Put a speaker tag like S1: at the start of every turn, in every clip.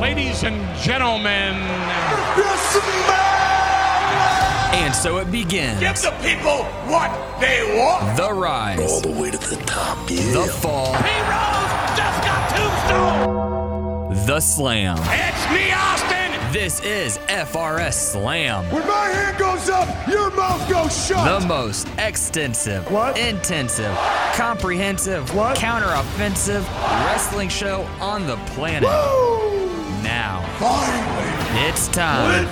S1: Ladies and gentlemen.
S2: And so it begins.
S3: Give the people what they want.
S2: The rise.
S4: All the way to the top, yeah.
S2: The fall.
S3: He rose, just got tombstone.
S2: The slam.
S3: It's me, Austin.
S2: This is FRS Slam.
S5: When my hand goes up, your mouth goes shut.
S2: The most extensive,
S5: What?
S2: intensive, comprehensive,
S5: What?
S2: counter-offensive wrestling show on the planet.
S5: Woo!
S2: Now,
S5: Finally,
S2: it's time.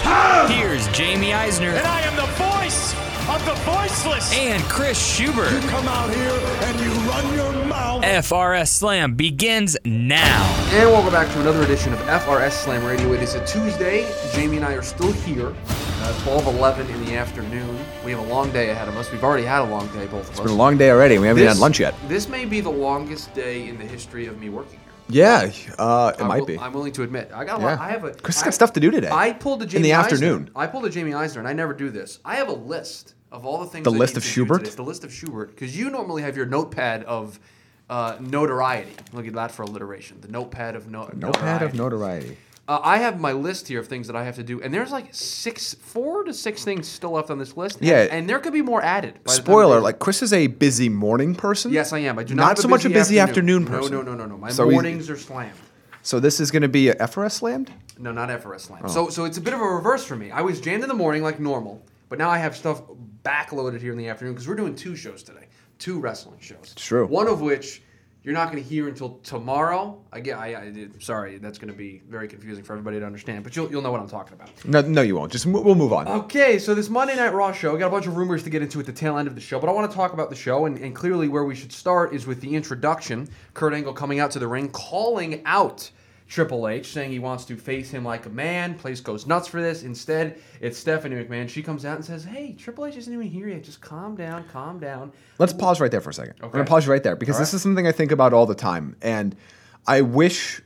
S5: time.
S2: Here's Jamie Eisner
S1: And I am the voice of the voiceless.
S2: and Chris Schubert.
S5: Come out here and you run your mouth.
S2: FRS Slam begins now.
S6: And welcome back to another edition of FRS Slam Radio. It is a Tuesday. Jamie and I are still here. Uh, 12 11 in the afternoon. We have a long day ahead of us. We've already had a long day, both of us.
S7: It's been a long day already. We haven't
S6: This-
S7: had lunch yet.
S6: This may be the longest day in the history of me working here.
S7: Yeah, uh, it
S6: I'm
S7: might
S6: wi-
S7: be.
S6: I'm willing to admit. I got. A
S7: Yeah.
S6: lot, I have a.
S7: Chris has
S6: I-
S7: got stuff to do today.
S6: I pulled a
S7: In
S6: Jamie
S7: the
S6: Eisner.
S7: afternoon.
S6: I pulled a Jamie Eisner, and I never do this. I have a list of all the things.
S7: The
S6: I
S7: list
S6: need
S7: of
S6: to do
S7: Schubert?
S6: today. It's the list of Schubert, because you normally have your notepad of uh, notoriety. Look at that for alliteration. The notepad of no.
S7: Notepad of notoriety.
S6: Uh, I have my list here of things that I have to do, and there's like six, four to six things still left on this list. and-
S7: Yeah.
S6: and, there could be more added. by the time
S7: Spoiler:
S6: we-
S7: Like Chris is a busy morning person.
S6: Yes, I am. I do not.
S7: not
S6: have
S7: so much a busy afternoon,
S6: No,
S7: person.
S6: No, no, no, no. My
S7: So he's-
S6: mornings are slammed.
S7: So this is going to be a FRS slammed.
S6: No, not FRS slam.
S7: Oh.
S6: So, so it's a bit of a reverse for me. I was jammed in the morning like normal, but now I have stuff backloaded here in the afternoon because we're doing two shows today, two wrestling shows.
S7: true.
S6: One of which you're not going to hear until tomorrow. Again, I, I did, sorry, that's going to be very confusing for everybody to understand, but you'll, you'll know what I'm talking about.
S7: No, no, you won't. Just mo- we'll move on.
S6: Okay, so this Monday Night Raw show, we got a bunch of rumors to get into at the tail end of the show, but I want to talk about the show, and, and clearly where we should start is with the introduction. Kurt Angle coming out to the ring, calling out Triple H, saying he wants to face him like a man. Place goes nuts for this. Instead, it's Stephanie McMahon. She comes out and says, Hey, Triple H isn't even here yet. Just calm down, calm down.
S7: Let's pause right there for a second. I'm gonna
S6: Okay.
S7: pause you right there because this is something I think about all the time, and I wish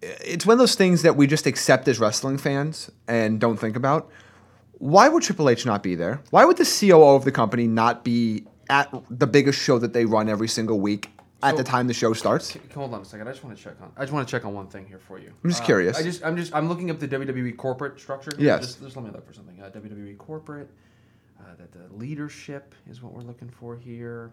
S7: it's one of those things that we just accept as wrestling fans and don't think about. Why would Triple H not be there? Why would the COO of the company not be at the biggest show that they run every single week at the time the show starts?
S6: Hold on a second. I just want to check on. I just want to check on one thing here for you. I'm
S7: just curious.
S6: Uh, I just, I'm just, I'm looking up the WWE corporate structure. here.
S7: Yes.
S6: Just, just let me look for something. Uh, WWE corporate. Uh, that the leadership is what we're looking for here.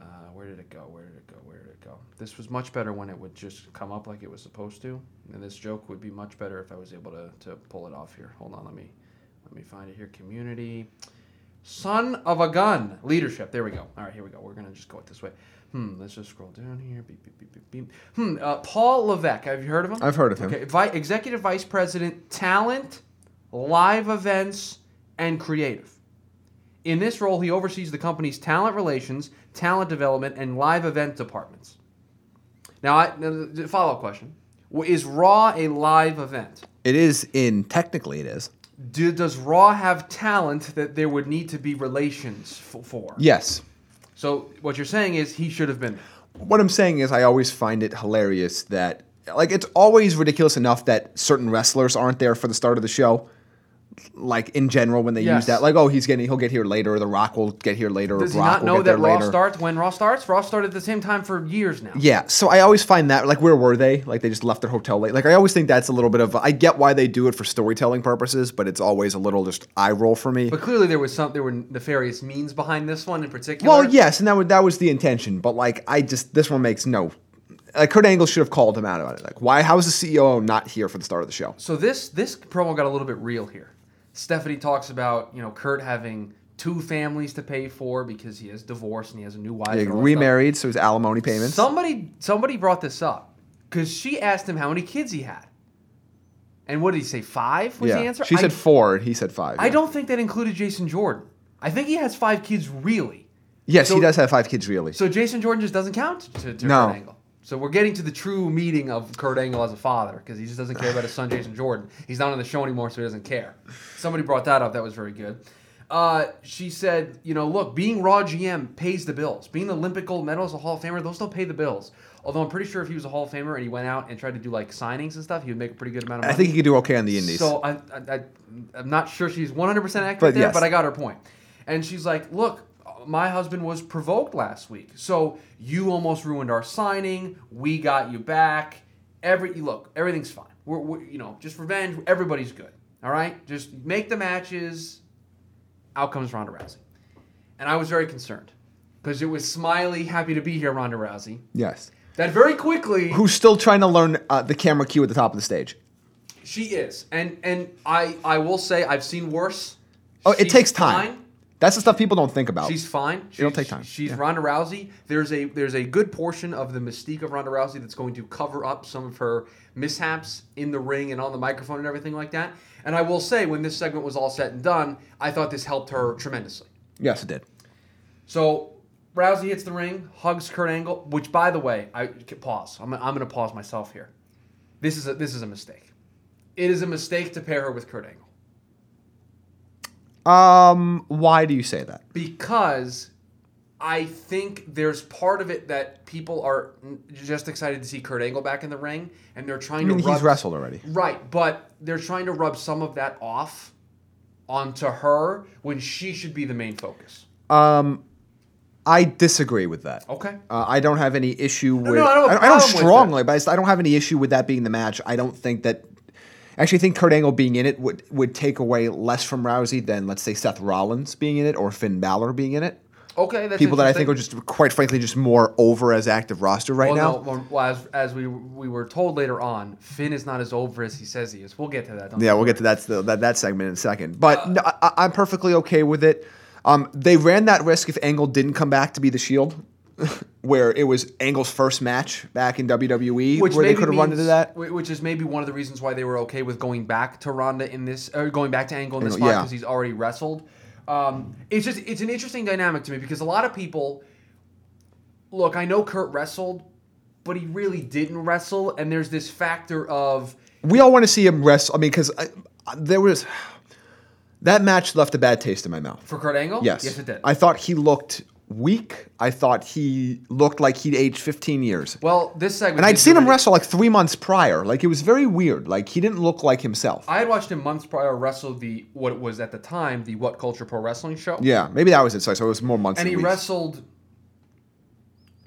S6: Uh, where did it go? Where did it go? Where did it go? This was much better when it would just come up like it was supposed to, and this joke would be much better if I was able to, to pull it off here. Hold on, let me let me find it here. Community, son of a gun, leadership. There we go. All right, here we go. We're gonna just go it this way. Hmm. Let's just scroll down here. Beep beep beep beep beep. Hmm. Uh, Paul Levesque. Have you heard of him?
S7: I've heard of him.
S6: Okay. Vi- Executive Vice President, Talent, Live Events, and Creative. In this role, he oversees the company's talent relations, talent development, and live event departments. Now, I, follow up question: W- Is Raw a live event?
S7: It is in technically it is.
S6: Do, does Raw have talent that there would need to be relations f- for?
S7: Yes.
S6: So what you're saying is he should have been.
S7: What I'm saying is I always find it hilarious that like it's always ridiculous enough that certain wrestlers aren't there for the start of the show. Like in general when they
S6: Yes.
S7: use that like oh he's getting he'll get here later or the rock will get here later
S6: Does
S7: or
S6: he
S7: Brock
S6: not
S7: will
S6: know
S7: get
S6: that
S7: there
S6: Raw
S7: later.
S6: starts when Raw starts? Raw started at the same time for years now.
S7: Yeah, so I always find that like where were they? Like they just left their hotel late. Like I always think that's a little bit of I get why they do it for storytelling purposes, but it's always a little just eye roll for me.
S6: But clearly, there was some. There were nefarious means behind this one in particular.
S7: Well, yes, and that was, that was the intention, but like I just this one makes no. Like Kurt Angle should have called him out about it. Like why? How is the CEO not here for the start of the show?
S6: So this this promo got a little bit real here. Stephanie talks about you know Kurt having two families to pay for because he has divorced and he has a new wife.
S7: They
S6: and all that
S7: remarried, so his alimony payments.
S6: stuff. Somebody somebody brought this up because she asked him how many kids he had, and what did he say? Five was
S7: yeah,
S6: the answer.
S7: she
S6: I-
S7: said four, and he said five.
S6: I
S7: yeah.
S6: don't think that included Jason Jordan. I think he has five kids really.
S7: Yes,
S6: so-
S7: he does have five kids, really.
S6: So Jason Jordan just doesn't count to, to
S7: No.
S6: Kurt Angle. So we're getting to the true meaning of Kurt Angle as a father because he just doesn't care about his son Jason Jordan. He's not on the show anymore, so he doesn't care. Somebody brought that up. That was very good. Uh, she said, you know, look, being Raw GM pays the bills. Being the Olympic gold medalist, a Hall of Famer, those don't pay the bills. Although I'm pretty sure if he was a Hall of Famer and he went out and tried to do like signings and stuff, he would make a pretty good amount of
S7: I
S6: money.
S7: think he could do okay on the Indies.
S6: So I, I, I, I'm not sure she's 100% accurate
S7: But
S6: there,
S7: yes.
S6: but I got her point. And she's like, look, my husband was provoked last week. So you almost ruined our signing. We got you back. Every you look, everything's fine. We're, we're you know just revenge. Everybody's good. All right, just make the matches. Out comes Ronda Rousey, and I was very concerned because it was Smiley, happy to be here, Ronda Rousey.
S7: Yes.
S6: That very quickly
S7: Who's still trying to learn uh, the camera cue at the top of the stage?
S6: she is, and and I I will say I've seen worse.
S7: Oh, it
S6: She's
S7: takes time.
S6: fine.
S7: That's the stuff people don't think about.
S6: She's fine. She's,
S7: It'll take time.
S6: She's
S7: Yeah.
S6: Ronda Rousey. There's a there's a good portion of the mystique of Ronda Rousey that's going to cover up some of her mishaps in the ring and on the microphone and everything like that. And I will say, when this segment was all said and done, I thought this helped her tremendously.
S7: yes, it did.
S6: So Rousey hits the ring, hugs Kurt Angle, which, by the way, I pause. I'm, I'm going to pause myself here. This is a this is a mistake. It is a mistake to pair her with Kurt Angle.
S7: Um, why do you say that?
S6: because I think there's part of it that people are n- just excited to see Kurt Angle back in the ring, and they're trying
S7: I mean,
S6: to. Rub,
S7: he's wrestled already.
S6: Right, but they're trying to rub some of that off onto her when she should be the main focus.
S7: I disagree with that.
S6: Okay.
S7: Uh, I don't have any issue with.
S6: no, I don't have a
S7: I, don't
S6: problem with
S7: strongly, but I s- I don't have any issue with that being the match. I don't think that. I Actually, think Kurt Angle being in it would would take away less from Rousey than let's say Seth Rollins being in it or Finn Balor being in it.
S6: Okay, that's
S7: People that I
S6: interesting.
S7: think are just quite frankly just more over as active roster right
S6: Well,
S7: now.
S6: no, well, well, as, as we we were told later on, Finn is not as over as he says he is. We'll get to that. Don't
S7: Yeah, we'll get to that still, that that segment in a second. But
S6: Uh,
S7: no, I, I- I'm perfectly okay with it. Um, they ran that risk if Angle didn't come back to be the Shield, where it was Angle's first match back in WWE, where they
S6: maybe
S7: could have run
S6: means-
S7: into that.
S6: whi- Which is maybe one of the reasons why they were okay with going back to Ronda in this, or going back to Angle in this
S7: Angle,
S6: spot
S7: yeah.
S6: because he's already wrestled. Um, it's just it's an interesting dynamic to me because a lot of people look. I know Kurt wrestled, but he really didn't wrestle, and there's this factor of
S7: We all want to see him wrestle. I mean, because there was that match left a bad taste in my mouth.
S6: for Kurt Angle.
S7: Yes,
S6: yes, it did.
S7: I thought he looked weak. I thought he looked like he'd aged 15 years.
S6: well, this segment,
S7: and I'd
S6: did
S7: seen him
S6: really-
S7: wrestle like three months prior. Like it was very weird. Like he didn't look like himself.
S6: I had watched him months prior wrestle the what was at the time the What Culture Pro Wrestling show.
S7: Yeah, maybe that was it. So it was more months.
S6: and
S7: than
S6: he
S7: weeks.
S6: wrestled.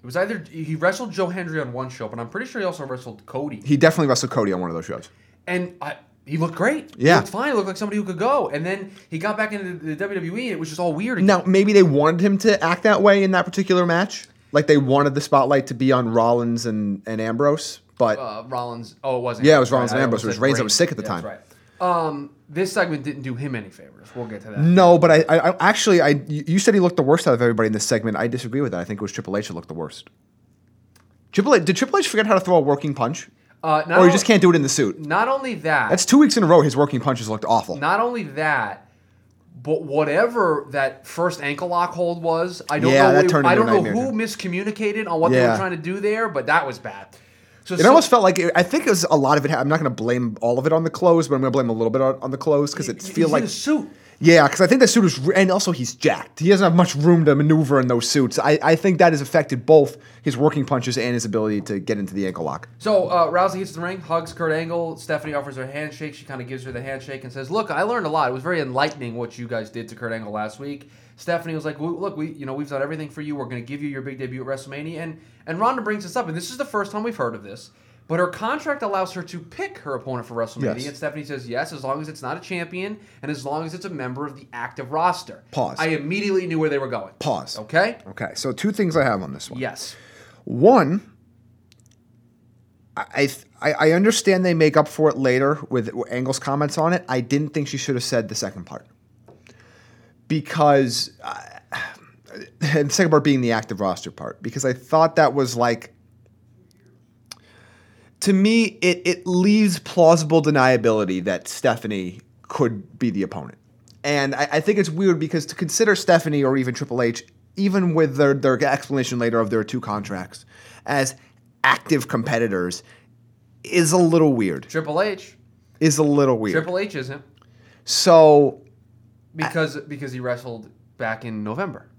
S6: It was either he wrestled Joe Hendry on one show, but I'm pretty sure he also wrestled Cody.
S7: He definitely wrestled Cody on one of those shows.
S6: and I, he looked great. he
S7: Yeah.
S6: looked fine. He looked like somebody who could go. And then he got back into the, the WWE, and it was just all weird. Again.
S7: Now, maybe they wanted him to act that way in that particular match. Like they wanted the spotlight to be on Rollins and, and Ambrose, but
S6: uh, Rollins. Oh, it wasn't.
S7: Yeah, it was Rollins
S6: Right,
S7: and
S6: I
S7: Ambrose. It
S6: almost
S7: was Reigns
S6: said
S7: that was sick at the
S6: Reigns.
S7: time.
S6: That's right. Um, this segment didn't do him any favors. We'll get to that.
S7: no. But I, I, I actually, I you you said he looked the worst out of everybody in this segment. I disagree with that. I think it was Triple H that looked the worst. Triple H, did Triple H forget how to throw a working punch,
S6: Uh, not
S7: or he
S6: on-
S7: just can't do it in the suit?
S6: Not only that,
S7: That's two weeks in a row. His working punches looked awful.
S6: not only that, but whatever that first ankle lock hold was, I don't
S7: Yeah,
S6: know.
S7: that
S6: who-
S7: turned
S6: I
S7: into
S6: don't
S7: a
S6: know
S7: nightmare,
S6: who miscommunicated on what they
S7: Yeah.
S6: were trying to do there, but that was bad. So,
S7: It almost felt like it, I think it was a lot of it. ha- I'm not going to blame all of it on the clothes, but I'm going to blame a little bit on, on the clothes because it
S6: he's
S7: feels
S6: in
S7: like
S6: a suit.
S7: Yeah, because I think the suit is, and also he's jacked. He doesn't have much room to maneuver in those suits. I, I think that has affected both his working punches and his ability to get into the ankle lock.
S6: So uh, Rousey hits the ring, hugs Kurt Angle. Stephanie offers her handshake. She kind of gives her the handshake and says, "Look, I learned a lot. It was very enlightening what you guys did to Kurt Angle last week." Stephanie was like, "Well, "Look, we you know we've done everything for you. We're going to give you your big debut at WrestleMania." And and Ronda brings this up, and this is the first time we've heard of this. But her contract allows her to pick her opponent for WrestleMania,
S7: Yes.
S6: and Stephanie says yes, as long as it's not a champion and as long as it's a member of the active roster.
S7: Pause.
S6: I immediately knew where they were going.
S7: Pause.
S6: Okay.
S7: Okay, so two things I have on this one.
S6: Yes.
S7: One, I, I th- I I understand they make up for it later with Angle's comments on it. I didn't think she should have said the second part because, uh, and the second part being the active roster part, because I thought that was like. To me, it, it leaves plausible deniability that Stephanie could be the opponent. And I, I think it's weird because to consider Stephanie or even Triple H, even with their, their explanation later of their two contracts, as active competitors is a little weird.
S6: Triple H.
S7: Is a little weird.
S6: Triple H isn't.
S7: so,
S6: because because he wrestled back in November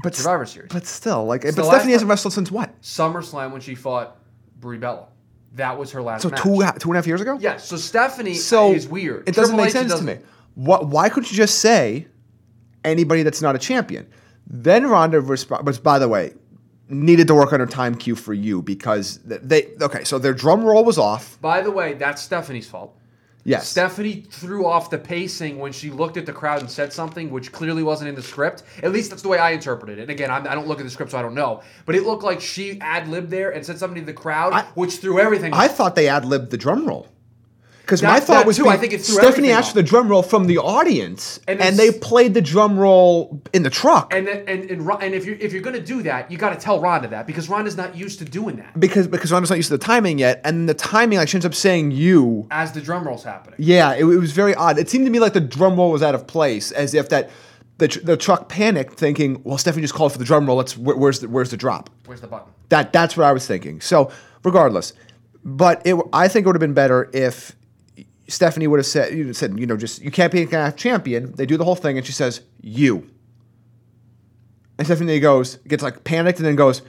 S7: but s-
S6: Survivor Series
S7: But still, like,
S6: the
S7: but
S6: last
S7: Stephanie hasn't
S6: time-
S7: wrestled since what?
S6: SummerSlam when she fought Brie Bella. That was her last.
S7: So
S6: match.
S7: two two and a half years ago.
S6: Yeah, so Stephanie
S7: So
S6: is weird.
S7: It doesn't
S6: Triple
S7: make
S6: H, it
S7: sense
S6: doesn't-
S7: to me. What? Why couldn't you just say anybody that's not a champion? Then Ronda responds. But by the way, needed to work on her time cue for you because th- they okay. So their drum roll was off.
S6: By the way, that's Stephanie's fault.
S7: Yes.
S6: Stephanie threw off the pacing when she looked at the crowd and said something which clearly wasn't in the script. At least that's the way I interpreted it. And again, I'm, I don't look at the script, so I don't know. But it looked like she ad libbed there and said something to the crowd,
S7: I-
S6: which threw everything.
S7: I thought they ad libbed the drum roll. Because
S6: That-
S7: my thought
S6: that
S7: was
S6: too,
S7: being-
S6: I think it threw
S7: Stephanie
S6: everything
S7: asked
S6: off.
S7: for the drum roll from the audience,
S6: And
S7: and,
S6: it's-
S7: they played the drum roll in the truck.
S6: and, then, and and Ron- and if you if you're gonna do that, you got to tell Rhonda that because Rhonda's not used to doing that
S7: because because Rhonda's not used to the timing yet, and the timing like she ends up saying you.
S6: as the drum rolls happening.
S7: Yeah, it, it was very odd. It seemed to me like the drum roll was out of place, as if that the, tr- the truck panicked, thinking, "Well, Stephanie just called for the drum roll. Let's where, where's the, where's the drop?"
S6: Where's the button?
S7: That that's what I was thinking. So regardless, but it I think it would have been better if Stephanie would have said you know, said you know just you can't be a half champion. They do the whole thing and she says you. And Stephanie goes gets like panicked and then goes,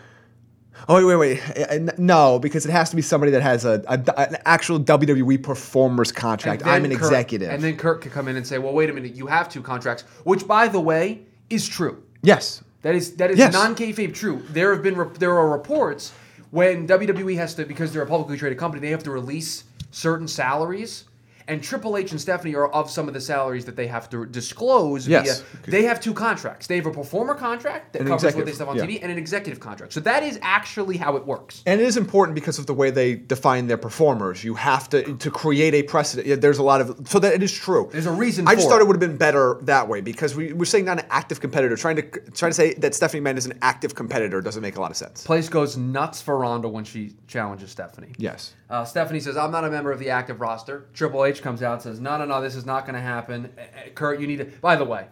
S7: oh wait wait wait Uh, n- no because it has to be somebody that has a, a- an actual WWE performers contract.
S6: And then
S7: I'm an
S6: Kirk-
S7: executive.
S6: And then Kirk could come in and say, "Well, wait a minute, you have two contracts," which, by the way, is true.
S7: yes.
S6: That is that is
S7: Yes.
S6: non kayfabe true. There have been rep- there are reports when WWE has to because they're a publicly traded company they have to release certain salaries. And Triple H and Stephanie are of some of the salaries that they have to disclose.
S7: Yes.
S6: Via, they have two contracts. They have a performer contract that
S7: An
S6: covers what they
S7: executive,
S6: stuff on
S7: yeah.
S6: TV, and an executive contract. So that is actually how it works.
S7: And it is important because of the way they define their performers. You have to to create a precedent. Yeah, There's a lot of so that it is true.
S6: There's a reason
S7: I just
S6: for
S7: thought
S6: it.
S7: it would have been better that way because we we're saying not an active competitor. Trying to trying to say that Stephanie Mann is an active competitor doesn't make a lot of sense.
S6: Place goes nuts for Ronda when she challenges Stephanie.
S7: Yes.
S6: Uh, Stephanie says, I'm not a member of the active roster. Triple H comes out and says, No, no, no, this is not going to happen. Uh, uh, Kurt, you need to. By the way,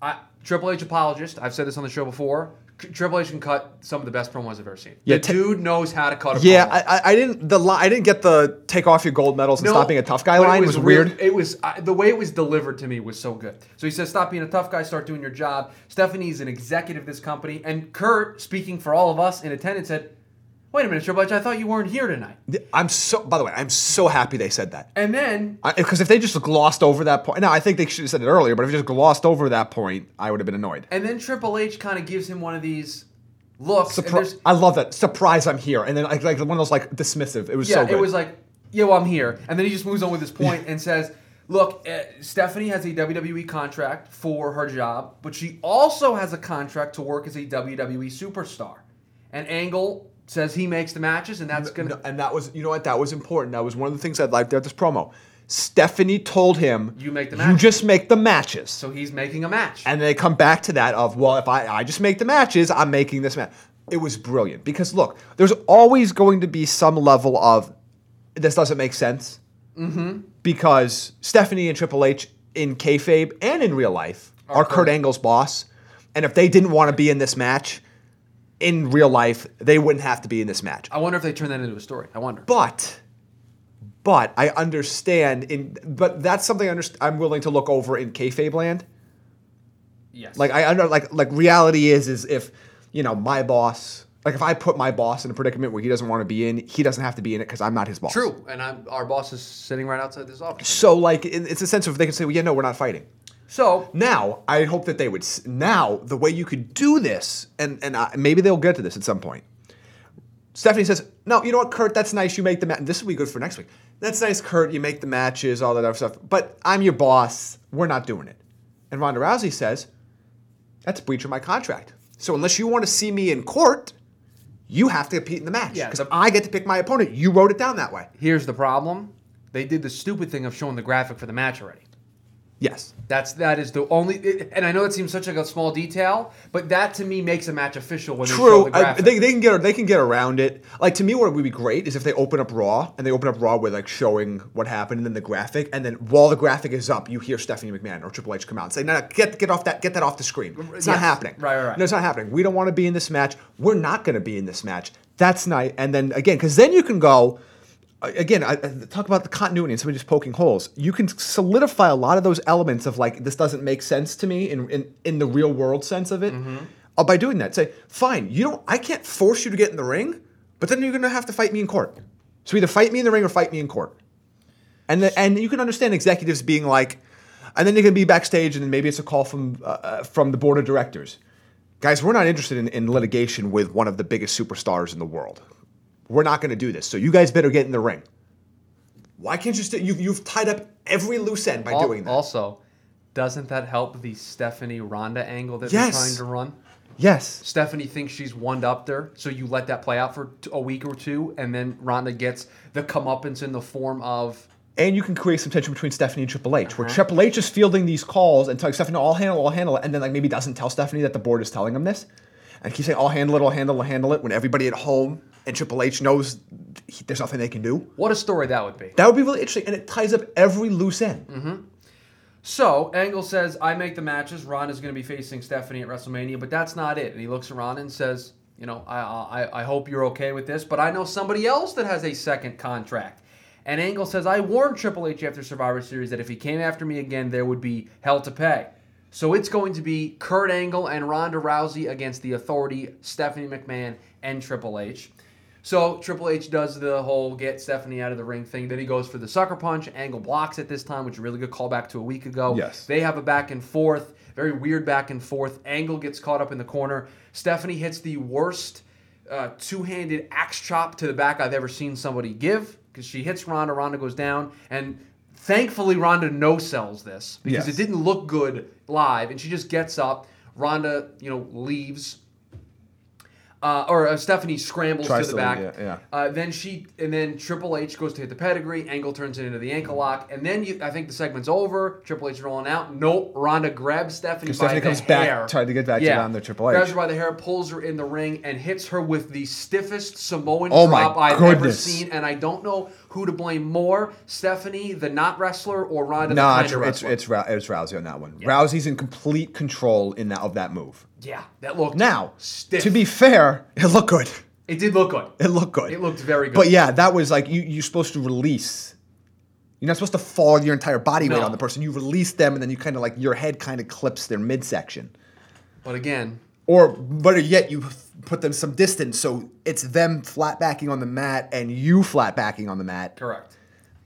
S6: I, Triple H apologist. I've said this on the show before. C- Triple H can cut some of the best promos I've ever seen.
S7: Yeah,
S6: the
S7: ta-
S6: dude knows how to cut a
S7: Yeah,
S6: promo.
S7: I, I- I didn't the li- I didn't get the take off your gold medals and
S6: Oh. No,
S7: stop being a tough guy
S6: but it
S7: line was, weird.
S6: It was I the way it was delivered to me was so good. So he says, "Stop being a tough guy. Start doing your job." Stephanie's an executive of this company, and Kurt, speaking for all of us in attendance, said, "Wait a minute, Triple H. I thought you weren't here tonight."
S7: I'm so by the way I'm so happy they said that.
S6: And then
S7: Because if they just glossed over that point, no, I think they should have said it earlier. But if they just glossed over that point, I would have been annoyed.
S6: And then Triple H kind of gives him one of these looks. and
S7: Surpri-
S6: there's-
S7: I love that surprise. I'm here, and then like, like one of those like dismissive. It was
S6: yeah,
S7: so good.
S6: it was like, yo, I'm here. And then he just moves on with his point and says, look, uh, Stephanie has a WWE contract for her job, but she also has a contract to work as a WWE superstar. And Angle says he makes the matches, and that's going to.
S7: No, and that was you know what that was important. That was one of the things I liked about this promo. Stephanie told him,
S6: You make the
S7: You
S6: matches."
S7: just make the matches."
S6: So he's making a match.
S7: and they come back to that of, "Well, if I I just make the matches, I'm making this match." It was brilliant because look, there's always going to be some level of this doesn't make sense because Stephanie and Triple H in kayfabe and in real life are Kurt Angle's boss, and if they didn't want to be in this match in real life, they wouldn't have to be in this match.
S6: I wonder if they turn that into a story. I wonder.
S7: But, but I understand in, but that's something I underst- I'm willing to look over in kayfabe land.
S6: yes.
S7: Like I under like like reality is is if you know my boss, like if I put my boss in a predicament where he doesn't want to be in, he doesn't have to be in it because I'm not his boss.
S6: True. And I'm, our boss is sitting right outside this office.
S7: So like it- it's a sense of they can say, well, yeah, no, we're not fighting.
S6: So
S7: Now I hope that they would. s- Now the way you could do this, and and I, maybe they'll get to this at some point. Stephanie says, "No, you know what, Kurt? That's nice. You make the match. This will be good for next week. That's nice, Kurt. You make the matches, all that other stuff. But I'm your boss. We're not doing it." And Ronda Rousey says, "That's a breach of my contract. So unless you want to see me in court, you have to compete in the match
S6: Yeah.
S7: because I get to pick my opponent. You wrote it down that way.
S6: here's the problem they did the stupid thing of showing the graphic for the match already.
S7: Yes,
S6: That's that is the only, it- and I know it seems such like a small detail, but that to me makes a match official when they show
S7: True.
S6: the
S7: I,
S6: graphic.
S7: they, they can get they can get around it. Like to me, what would be great is if they open up Raw and they open up Raw with like showing what happened and then the graphic, and then while the graphic is up, you hear Stephanie McMahon or Triple H come out and say, "No, no get get off that get that off the screen. It's not
S6: Yes.
S7: happening.
S6: Right, right, right.
S7: No, it's not happening. We don't want to be in this match. We're not going to be in this match. That's night. And then again, because then you can go. a- Again, I, I- talk about the continuity and somebody just poking holes. You can solidify a lot of those elements of like this doesn't make sense to me in in, in the real world sense of it
S6: Mm-hmm.
S7: uh, by doing that. Say, fine, you don't. I can't force you to get in the ring, but then you're going to have to fight me in court. So either fight me in the ring or fight me in court. And the, and you can understand executives being like, and then they can be backstage, and then maybe it's a call from uh, uh, from the board of directors. guys, we're not interested in, in litigation with one of the biggest superstars in the world. We're not going to do this. So you guys better get in the ring. Why can't you? St- you've, you've tied up every loose end by
S6: Al-
S7: doing that.
S6: Also, doesn't that help the Stephanie Ronda angle that
S7: Yes.
S6: they're trying to run?
S7: yes.
S6: Stephanie thinks she's one upped her, so you let that play out for t- a week or two, and then Ronda gets the comeuppance in the form of
S7: And you can create some tension between Stephanie and Triple H, where Triple H is fielding these calls and telling Stephanie, I'll handle it, I'll handle it, and then like maybe doesn't tell Stephanie that the board is telling him this. And keep saying, I'll handle it, I'll handle it, I'll handle it, when everybody at home and Triple H knows he, there's nothing they can do.
S6: what a story that would be.
S7: That would be really interesting, and it ties up every loose end.
S6: So Angle says, "I make the matches. Ron is going to be facing Stephanie at WrestleMania, but that's not it." And he looks around and says, "You know, I, I I hope you're okay with this, but I know somebody else that has a second contract." And Angle says, "I warned Triple H after Survivor Series that if he came after me again, there would be hell to pay." So it's going to be Kurt Angle and Ronda Rousey against the Authority, Stephanie McMahon, and Triple H. So Triple H does the whole get Stephanie out of the ring thing. Then he goes for the sucker punch. Angle blocks it this time, which is a really good callback to a week ago.
S7: Yes.
S6: They have a back and forth, very weird back and forth. Angle gets caught up in the corner. Stephanie hits the worst uh, two handed axe chop to the back I've ever seen somebody give because she hits Ronda. Ronda goes down. And thankfully, Ronda no sells this because
S7: Yes.
S6: it didn't look good live. And she just gets up. Ronda, you know, leaves uh, or uh, Stephanie scrambles
S7: Tries
S6: to the
S7: to
S6: back.
S7: leave, yeah,
S6: Uh, then she and then Triple H goes to hit the pedigree. Angle turns it into the ankle lock, and then you, I think the segment's over. Triple H rolling out. Nope. Ronda grabs Stephanie. By
S7: 'Cause Stephanie
S6: the
S7: comes back,
S6: hair.
S7: tried to get back to
S6: yeah.
S7: round the Triple H.
S6: Grabs her by the hair, pulls her in the ring, and hits her with the stiffest Samoan
S7: Oh my
S6: drop I've ever
S7: goodness.
S6: seen. And I don't know who to blame more: Stephanie, the not wrestler, or Ronda,
S7: No,
S6: the
S7: it's,
S6: kind of
S7: it's,
S6: wrestler.
S7: it's, Rou- it's Rousey on that one. Rousey's in complete control in that of that move.
S6: yeah, that looked
S7: Now,
S6: stiff.
S7: to be fair, it looked good.
S6: it did look good.
S7: It looked good.
S6: It looked very good.
S7: But yeah, that was like you, you're supposed to release. You're not supposed to fall your entire body weight
S6: No.
S7: on the person. You release them, and then you kind of like your head kind of clips their midsection.
S6: But again,
S7: Or better yet, you put them some distance, so it's them flat backing on the mat and you flat backing on the mat.
S6: correct.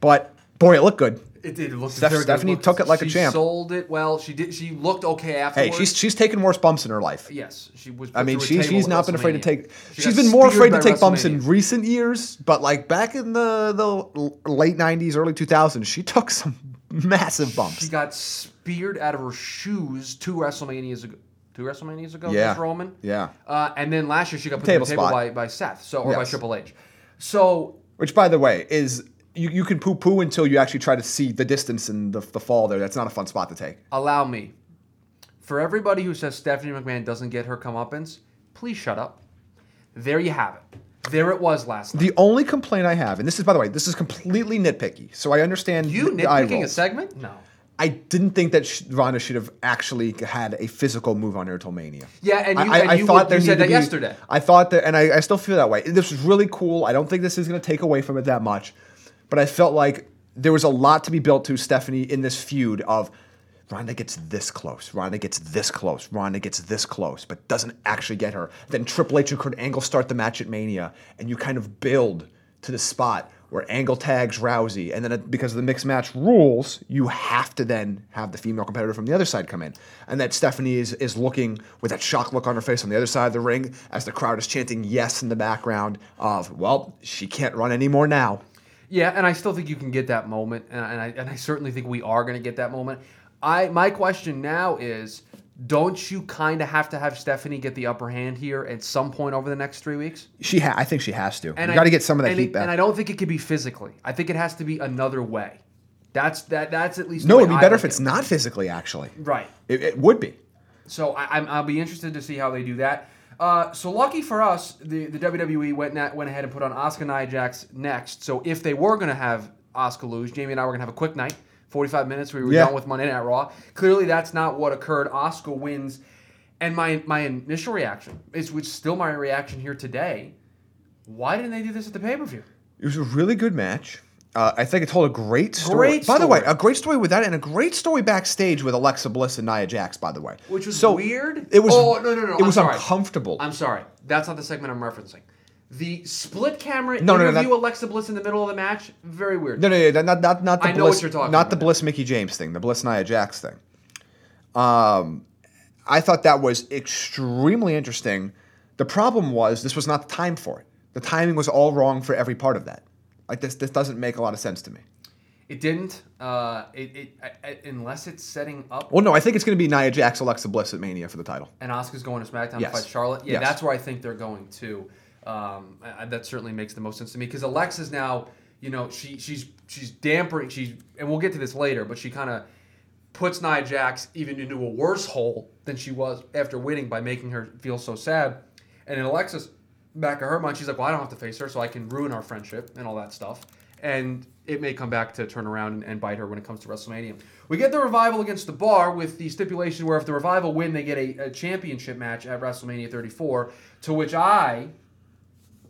S7: But boy, it looked good.
S6: It did. It looked
S7: Steph-
S6: very good.
S7: Stephanie
S6: Looked-
S7: took it like a
S6: she
S7: champ.
S6: Sold it well. She did. She looked okay
S7: Hey,
S6: afterwards.
S7: she's she's taken worse bumps in her life.
S6: yes. She was.
S7: I mean,
S6: through a
S7: she's
S6: table
S7: she's
S6: at
S7: not been afraid to
S6: WrestleMania.
S7: take.
S6: She
S7: she's
S6: got
S7: been more
S6: speared
S7: afraid to
S6: by
S7: take bumps
S6: WrestleMania.
S7: in recent years, but like back in the the l- late '90s, early 2000s, she took some massive
S6: She
S7: bumps.
S6: got speared out of her shoes two WrestleManias ago. Two WrestleManias ago.
S7: Yeah.
S6: against Roman.
S7: Yeah.
S6: Uh, and then last year she got put
S7: Table
S6: on the table
S7: spot.
S6: by, by Seth. So or by
S7: Yes.
S6: Triple H. So
S7: Which, by the way, is you, you can poo poo until you actually try to see the distance and the, the fall there. That's not a fun spot to take.
S6: allow me, for everybody who says Stephanie McMahon doesn't get her comeuppance, please shut up. There you have it. There it was last night.
S7: The only complaint I have, and this is by the way, this is completely nitpicky, so I understand
S6: you
S7: the eye
S6: nitpicking a
S7: rolls.
S6: segment? No.
S7: I didn't think that sh- Ronda should have actually had a physical move on her till Mania.
S6: Yeah, and you-
S7: I,
S6: and
S7: I
S6: you
S7: thought
S6: were-
S7: there
S6: you said
S7: needed to
S6: that
S7: be-
S6: yesterday.
S7: I thought that, and I, I still feel that way. This was really cool. I don't think this is going to take away from it that much, but I felt like there was a lot to be built to Stephanie in this feud of Ronda gets this close, Ronda gets this close, Ronda gets this close, but doesn't actually get her. Then Triple H and Kurt Angle start the match at Mania, and you kind of build to the spot where Angle tags Rousey, and then it, because of the mixed match rules, you have to then have the female competitor from the other side come in, and that Stephanie is is looking with that shock look on her face on the other side of the ring as the crowd is chanting yes in the background of well she can't run anymore now.
S6: Yeah, and I still think you can get that moment, and I, and I, and I certainly think we are going to get that moment. I my question now is, don't you kind of have to have Stephanie get the upper hand here at some point over the next three weeks?
S7: She ha- I think she has to.
S6: And
S7: you
S6: I-
S7: got to get some of that
S6: and
S7: heat
S6: it-
S7: back.
S6: And I don't think it could be physically. I think it has to be another way. That's that. That's at least the
S7: no,
S6: way
S7: it'd be
S6: I
S7: better
S6: look
S7: if it's
S6: at it.
S7: not physically actually.
S6: right.
S7: It, it would be.
S6: So I, I'm, I'll be interested to see how they do that. Uh, so lucky for us, the, the WWE went na- went ahead and put on Oscar Nijax next. So if they were going to have Oscar lose, Jamie and I were going to have a quick night, 45 minutes. We were
S7: Yeah.
S6: done with Monday Night Raw. Clearly, that's not what occurred. Oscar wins, and my my initial reaction is, which is still my reaction here today. Why didn't they do this at the pay per view?
S7: It was a really good match. Uh, I think it told a great story.
S6: Great
S7: By the way,
S6: story.
S7: a great story with that, and a great story backstage with Alexa Bliss and Nia Jax. By the way,
S6: Which was
S7: So,
S6: weird.
S7: It was.
S6: Oh no no no!
S7: It
S6: I'm
S7: was
S6: sorry.
S7: uncomfortable.
S6: I'm sorry. That's not the segment I'm referencing. The split camera
S7: No, no, no,
S6: interview
S7: that-
S6: Alexa Bliss in the middle of the match. Very weird.
S7: no, no, no, not not not the
S6: I know
S7: Bliss.
S6: what you're talking
S7: not the
S6: about.
S7: Bliss Mickey James thing. The Bliss Nia Jax thing. Um, I thought that was extremely interesting. The problem was this was not the time for it. The timing was all wrong for every part of that. Like this, this doesn't make a lot of sense to me.
S6: It didn't. Uh, it, it I, I, unless it's setting up
S7: Well, no, I think it's going to be Nia Jax, Alexa Bliss at Mania for the title.
S6: and Oscar's going to SmackDown
S7: Yes.
S6: to fight Charlotte. Yeah,
S7: Yes.
S6: that's where I think they're going to. Um, I- I- that certainly makes the most sense to me because Alexa's now, you know, she she's she's dampering. She's and we'll get to this later, but she kind of puts Nia Jax even into a worse hole than she was after winning by making her feel so sad. And in Alexa's back of her mind, she's like, "Well, I don't have to face her, so I can ruin our friendship and all that stuff." And it may come back to turn around and, and bite her when it comes to WrestleMania. We get the revival against the Bar with the stipulation where if the revival win, they get a, a championship match at WrestleMania 34. To which I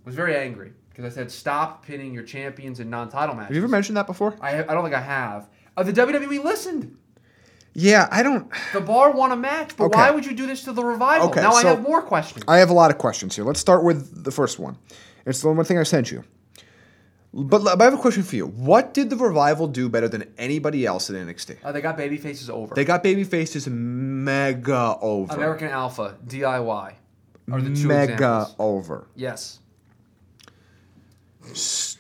S6: was very angry because I said, "Stop pinning your champions in non-title matches."
S7: Have you ever mentioned that before?
S6: I, I don't think I have. Uh, the WWE listened.
S7: Yeah, I don't.
S6: The bar won a match, but why
S7: Okay.
S6: would you do this to the revival?
S7: Okay,
S6: now I
S7: so-
S6: have more questions.
S7: I have a lot of questions here. Let's start with the first one. It's the one thing I sent you. But, l- but I have a question for you. What did the revival do better than anybody else at NXT?
S6: Uh, they got baby faces over.
S7: They got baby faces mega over.
S6: American Alpha, DIY are the two
S7: mega
S6: examples.
S7: over.
S6: Yes.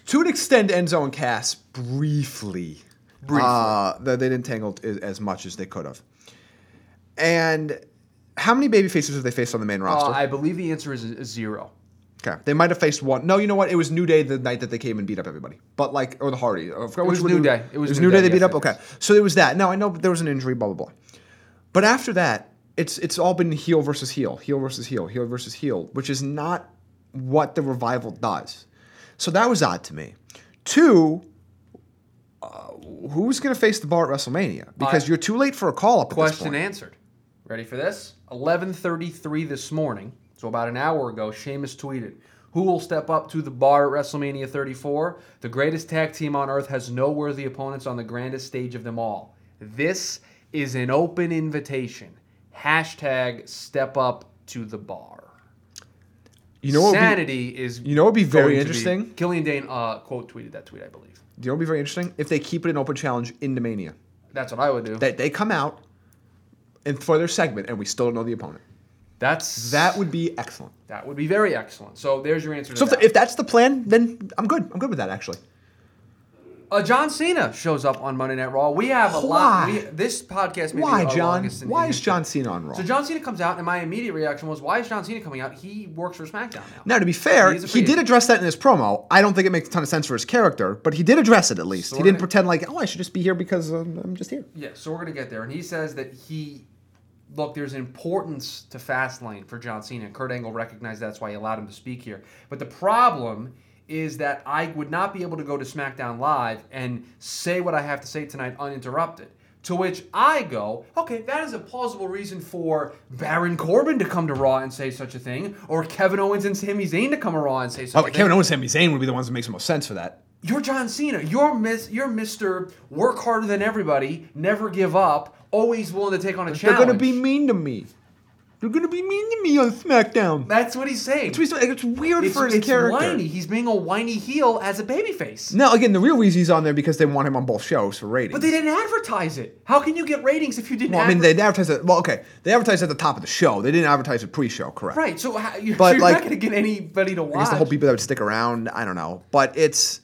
S7: To an extent, Enzo and Cass briefly.
S6: Briefly.
S7: Uh, they they didn't tangle i- as much as they could have. And how many baby faces have they faced on the main
S6: Uh,
S7: roster?
S6: I believe the answer is a zero.
S7: Okay. They might have faced one. No, you know what? It was New Day the night that they came and beat up everybody. But like, or the Hardy. I forgot
S6: It
S7: which
S6: was
S7: one
S6: New
S7: they-
S6: Day.
S7: It was, New Day. they beat
S6: yes,
S7: up.
S6: it
S7: Okay.
S6: is.
S7: So it was that. No, I know there was an injury. Blah blah blah. But after that, it's it's all been heel versus heel, heel versus heel, heel versus heel, which is not what the revival does. So that was odd to me. Two. Uh, who's going to face the bar at WrestleMania? Because
S6: I-
S7: you're too late for a call up.
S6: Question answered. Ready for this? 11:33 this morning, so about an hour ago, Sheamus tweeted, "Who will step up to the bar at WrestleMania 34? The greatest tag team on earth has no worthy opponents on the grandest stage of them all. This is an open invitation. Hashtag step up to the bar."
S7: You know what? would be-
S6: Sanity is.
S7: you know what would be very
S6: going to
S7: interesting?
S6: Killian Dane uh, quote tweeted that tweet, I believe.
S7: you know what would be very interesting if they keep it an open challenge into Mania.
S6: That's what I would do.
S7: that they come out and for their segment and we still don't know the opponent.
S6: That's
S7: That would be excellent.
S6: that would be very excellent. So there's your answer. To
S7: So if,
S6: that.
S7: if that's the plan, then I'm good. I'm good with that actually.
S6: Uh, John Cena shows up on Monday Night Raw. We have a lot.
S7: Why?
S6: We, this podcast may
S7: Why,
S6: be our
S7: John?
S6: longest in-
S7: Why
S6: in
S7: is
S6: history.
S7: John Cena on Raw?
S6: So John Cena comes out, and my immediate reaction was, "Why is John Cena coming out? He works for SmackDown now."
S7: now, to be fair,
S6: He's a
S7: he
S6: free
S7: did
S6: agent.
S7: address that in his promo. I don't think it makes a ton of sense for his character, but he did address it at least. He
S6: Sorta.
S7: didn't pretend like, oh, I should just be here because um, I'm just here.
S6: Yeah, so we're gonna get there, and he says that he, look, there's importance to Fastlane for John Cena. Kurt Angle recognized that's why he allowed him to speak here. But the problem is that I would not be able to go to SmackDown Live and say what I have to say tonight uninterrupted. To which I go, okay, that is a plausible reason for Baron Corbin to come to Raw and say such a thing, or Kevin Owens and Sami Zayn to come to Raw and say such
S7: Oh,
S6: a
S7: but
S6: thing
S7: Kevin Owens and Sami Zayn would be the ones that makes the most sense for that.
S6: you're John Cena. You're Miss. You're Mister. Work harder than everybody. Never give up. Always willing to take on a challenge.
S7: They're gonna be mean to me. They're gonna be mean to me on SmackDown.
S6: That's what he's saying.
S7: It's, it's weird
S6: It's-
S7: for his
S6: it's
S7: character.
S6: whiny. He's being a whiny heel as a babyface.
S7: Now, again, the real reason he's on there because they want him on both shows for ratings.
S6: But they didn't advertise it. How can you get ratings if you didn't?
S7: Well, I mean,
S6: adver-
S7: they advertised it. Well, okay, they advertised at the top of the show. They didn't advertise it pre-show, correct?
S6: right. So how, you're,
S7: But,
S6: you're
S7: like,
S6: not going to get anybody to watch.
S7: I guess the whole people that would stick around. I don't know, but it's.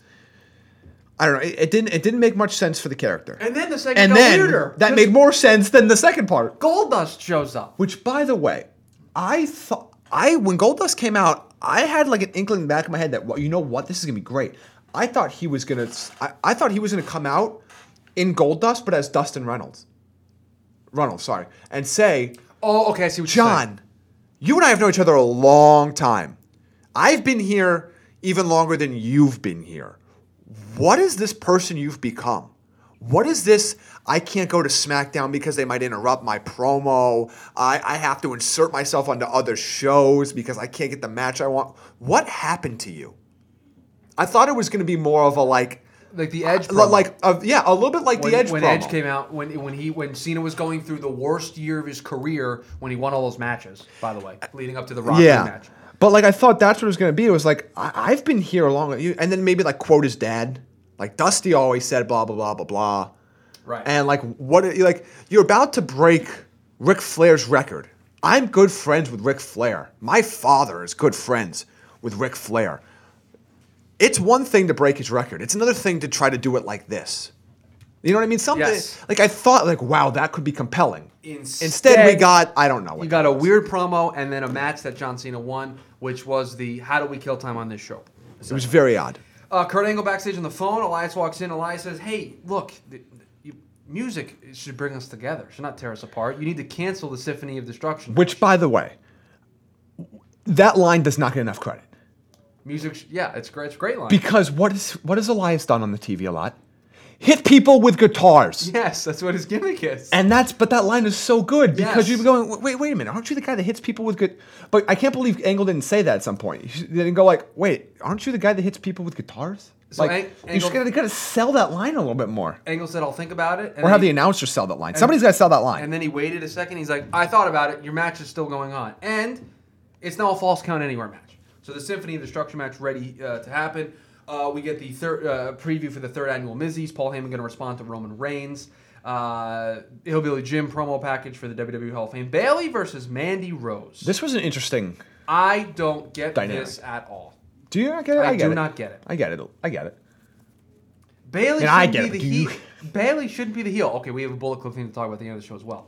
S7: I don't know. It, it didn't. It didn't make much sense for the character.
S6: and then the second
S7: And
S6: got
S7: then
S6: weirder.
S7: that made more sense than the second part.
S6: Goldust shows up.
S7: Which, by the way, I thought I when Goldust came out, I had like an inkling in the back of my head that well, you know what, this is gonna be great. I thought he was gonna, I, I thought he was gonna come out in Goldust, but as Dustin Reynolds, Reynolds, sorry, and say,
S6: Oh, okay. I see what
S7: John, you and I have known each other a long time. I've been here even longer than you've been here. What is this person you've become? What is this? I can't go to SmackDown because they might interrupt my promo. I, I have to insert myself onto other shows because I can't get the match I want. What happened to you? I thought it was going to be more of a like,
S6: you're saying. Like the Edge.
S7: li-
S6: promo.
S7: like a, yeah, a little bit like
S6: when,
S7: the Edge
S6: when
S7: promo.
S6: Edge came out when when he when Cena was going through the worst year of his career when he won all those matches. By the way, leading up to the Rock Lee
S7: yeah.
S6: match.
S7: But like I thought that's what it was gonna be. It was like I, I've been here along, you, and then maybe like quote his dad. Like Dusty always said, blah blah blah blah blah.
S6: Right.
S7: And like what? Are, like you're about to break Ric Flair's record I'm good friends with Ric Flair. My father is good friends with Ric Flair. It's one thing to break his record. It's another thing to try to do it like this. You know what I mean? Something
S6: Yes.
S7: like I thought, like, wow, that could be compelling.
S6: Instead-
S7: we got I don't know. What
S6: You got a weird promo and then a match that John Cena won, which was the how do we kill time on this show.
S7: It was very odd.
S6: Uh, Kurt Angle backstage on the phone. Elias walks in. Elias says, "Hey, look, th- th- you, music should bring us together. Should not tear us apart. You need to cancel the Symphony of Destruction.
S7: Which, by the way, that line does not get enough credit
S6: music? Sh- yeah, it's great. It's a great line.
S7: because what is what has Elias done on the TV a lot? Hit people with guitars.
S6: yes, that's what his gimmick is.
S7: And that's but that line is so good because
S6: Yes.
S7: you're going "Wa- wait wait a minute aren't you the guy that hits people with good but I can't believe Angle didn't say that at some point he didn't go like wait aren't you the guy that hits people with guitars
S6: So
S7: like
S6: Ang-
S7: you just
S6: Angle-
S7: gotta, gotta sell that line a little bit more
S6: Angle said, "I'll think about it." And
S7: or
S6: then
S7: have the
S6: he-
S7: announcer sell that line somebody's gotta sell that line
S6: And then he waited a second. He's like, I thought about it. Your match is still going on. And it's now a false count anywhere match. So the Symphony of Destruction match ready uh, to happen. Uh, we get the third uh, preview for the third annual Mizzies. Paul Heyman going to respond to Roman Reigns. Uh, Hillbilly Jim promo package for the WWE Hall of Fame. Bailey versus Mandy Rose.
S7: this was an interesting
S6: I don't get
S7: Dynamic.
S6: this at all.
S7: do you not get it
S6: I
S7: get
S6: do
S7: it.
S6: not get it.
S7: I get it I get it
S6: Bailey
S7: And I
S6: shouldn't
S7: get it,
S6: be the
S7: but you-
S6: heel. Bailey shouldn't be the heel. Okay, we have a bullet club thing to talk about at the end of the show as well.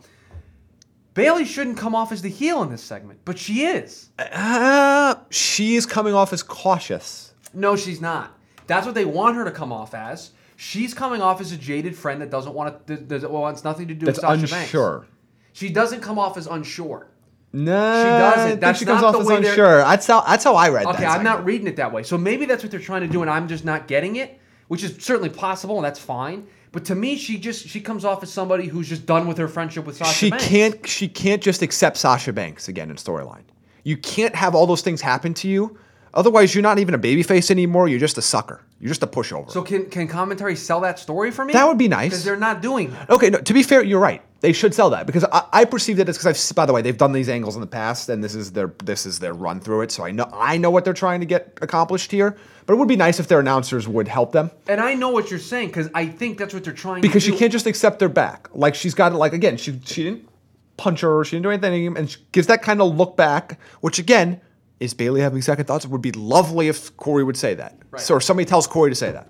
S6: Bailey shouldn't come off as the heel in this segment, but she is.
S7: uh, she is coming off as cautious
S6: No, she's not. That's what they want her to come off as. She's coming off as a jaded friend that doesn't want to, does, wants nothing to do
S7: that's
S6: with Sasha Banks.
S7: unsure
S6: She doesn't come off as unsure.
S7: no
S6: She doesn't. That's
S7: she comes
S6: not
S7: off
S6: the
S7: as
S6: way they're-
S7: unsure that's how that's how I read that
S6: Okay, I'm
S7: segment.
S6: not reading it that way. So maybe that's what they're trying to do, and I'm just not getting it, which is certainly possible, and that's fine. But to me, she just she comes off as somebody who's just done with her friendship with Sasha.
S7: she
S6: Banks.
S7: can't she can't just accept Sasha Banks again in storyline. You can't have all those things happen to you. Otherwise, you're not even a babyface anymore. You're just a sucker. You're just a pushover.
S6: So can can commentary sell that story for me?
S7: That would be nice.
S6: because they're not doing that.
S7: okay, no, to be fair, you're right. They should sell that because I, I perceive that as because I've s- by the way they've done these angles in the past and this is their this is their run through it. So I know I know what they're trying to get accomplished here. But it would be nice if their announcers would help them
S6: And I know what you're saying because I think that's what they're trying
S7: because
S6: to do.
S7: she can't just accept their back. Like she's got it. Like again, she she didn't punch her. She didn't do anything, and she gives that kind of look back, which again is Bailey having second thoughts. It would be lovely if Corey would say that,
S6: Right.
S7: so or somebody tells Corey to say that.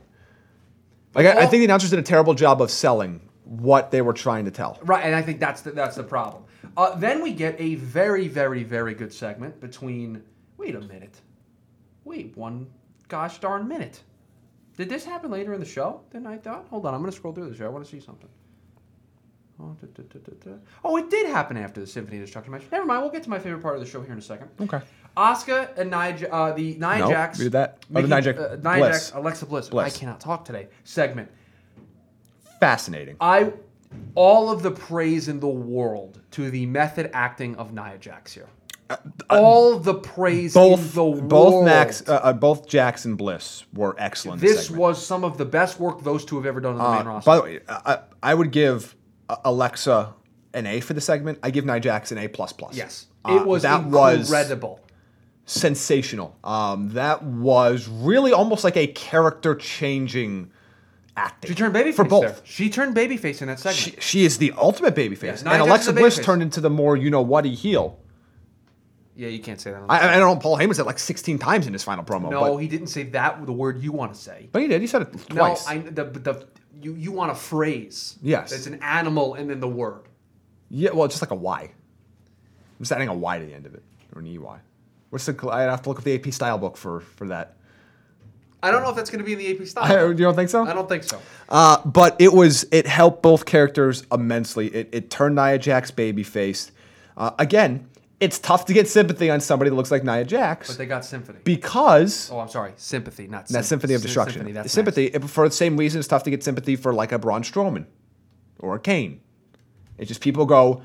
S7: Like I, I think the announcers did a terrible job of selling what they were trying to tell.
S6: Right, and I think that's the, that's the problem. Uh, then we get a very, very, very good segment between. Wait a minute. Wait one gosh darn minute. Did this happen later in the show than I thought? Hold on, I'm going to scroll through the show. I want to see something. Oh, da, da, da, da, da. Oh, it did happen after the Symphony of Destruction match. Never mind, we'll get to my favorite part of the show here in a second.
S7: Okay.
S6: Asuka and Nia, uh, the Nia
S7: No,
S6: Jax.
S7: we did that. Oh, the
S6: Mickey-
S7: Nia Jax-
S6: uh, Nia
S7: Bliss.
S6: Jax, Alexa Bliss.
S7: Bliss.
S6: I cannot talk today. Segment.
S7: Fascinating.
S6: I all of the praise in the world to the method acting of Nia Jax here. all the praise in
S7: Uh, Both
S6: the world.
S7: both Max, uh, uh, both Jax and Bliss were excellent. in the
S6: this
S7: segment. Uh,
S6: was some of the best work those two have ever done in the main roster.
S7: By the way, I, I I would give uh, Alexa an A for the segment. I give Nia Jax an A plus plus.
S6: yes,
S7: Uh,
S6: it was
S7: that was
S6: incredible.
S7: sensational. Um, that was really almost like a character changing acting.
S6: she turned babyface
S7: for
S6: There.
S7: both.
S6: She turned babyface in that segment.
S7: She, she is the ultimate babyface,
S6: Nia
S7: and
S6: Jax
S7: Alexa
S6: is a
S7: Bliss
S6: babyface.
S7: turned into the more you know what he heel.
S6: yeah, you can't say that. On
S7: I, I don't know. Paul Heyman said like sixteen times in his final promo.
S6: no,
S7: but,
S6: he didn't say that. The word you want to say.
S7: but he did. He said it twice.
S6: No, I, the, the you you want a phrase.
S7: Yes.
S6: it's an animal and then the word.
S7: yeah, well, just like a Y. I'm just adding a Y to the end of it or an EY. What's the? I'd have to look up the AP style book for for that.
S6: I don't know if that's going to be in the AP style.
S7: I, you don't think so?
S6: I don't think so.
S7: Uh, but it was it helped both characters immensely. It, it turned Nia Jax babyface. Uh, again, it's tough to get sympathy on somebody that looks like Nia Jax
S6: But they got symphony.
S7: because
S6: oh, I'm sorry, sympathy, not
S7: that Symphony of
S6: Sy-
S7: Destruction.
S6: Symphony, that's
S7: sympathy it- for the same reason it's tough to get sympathy for like a Braun Strowman or a Kane. It's just people go,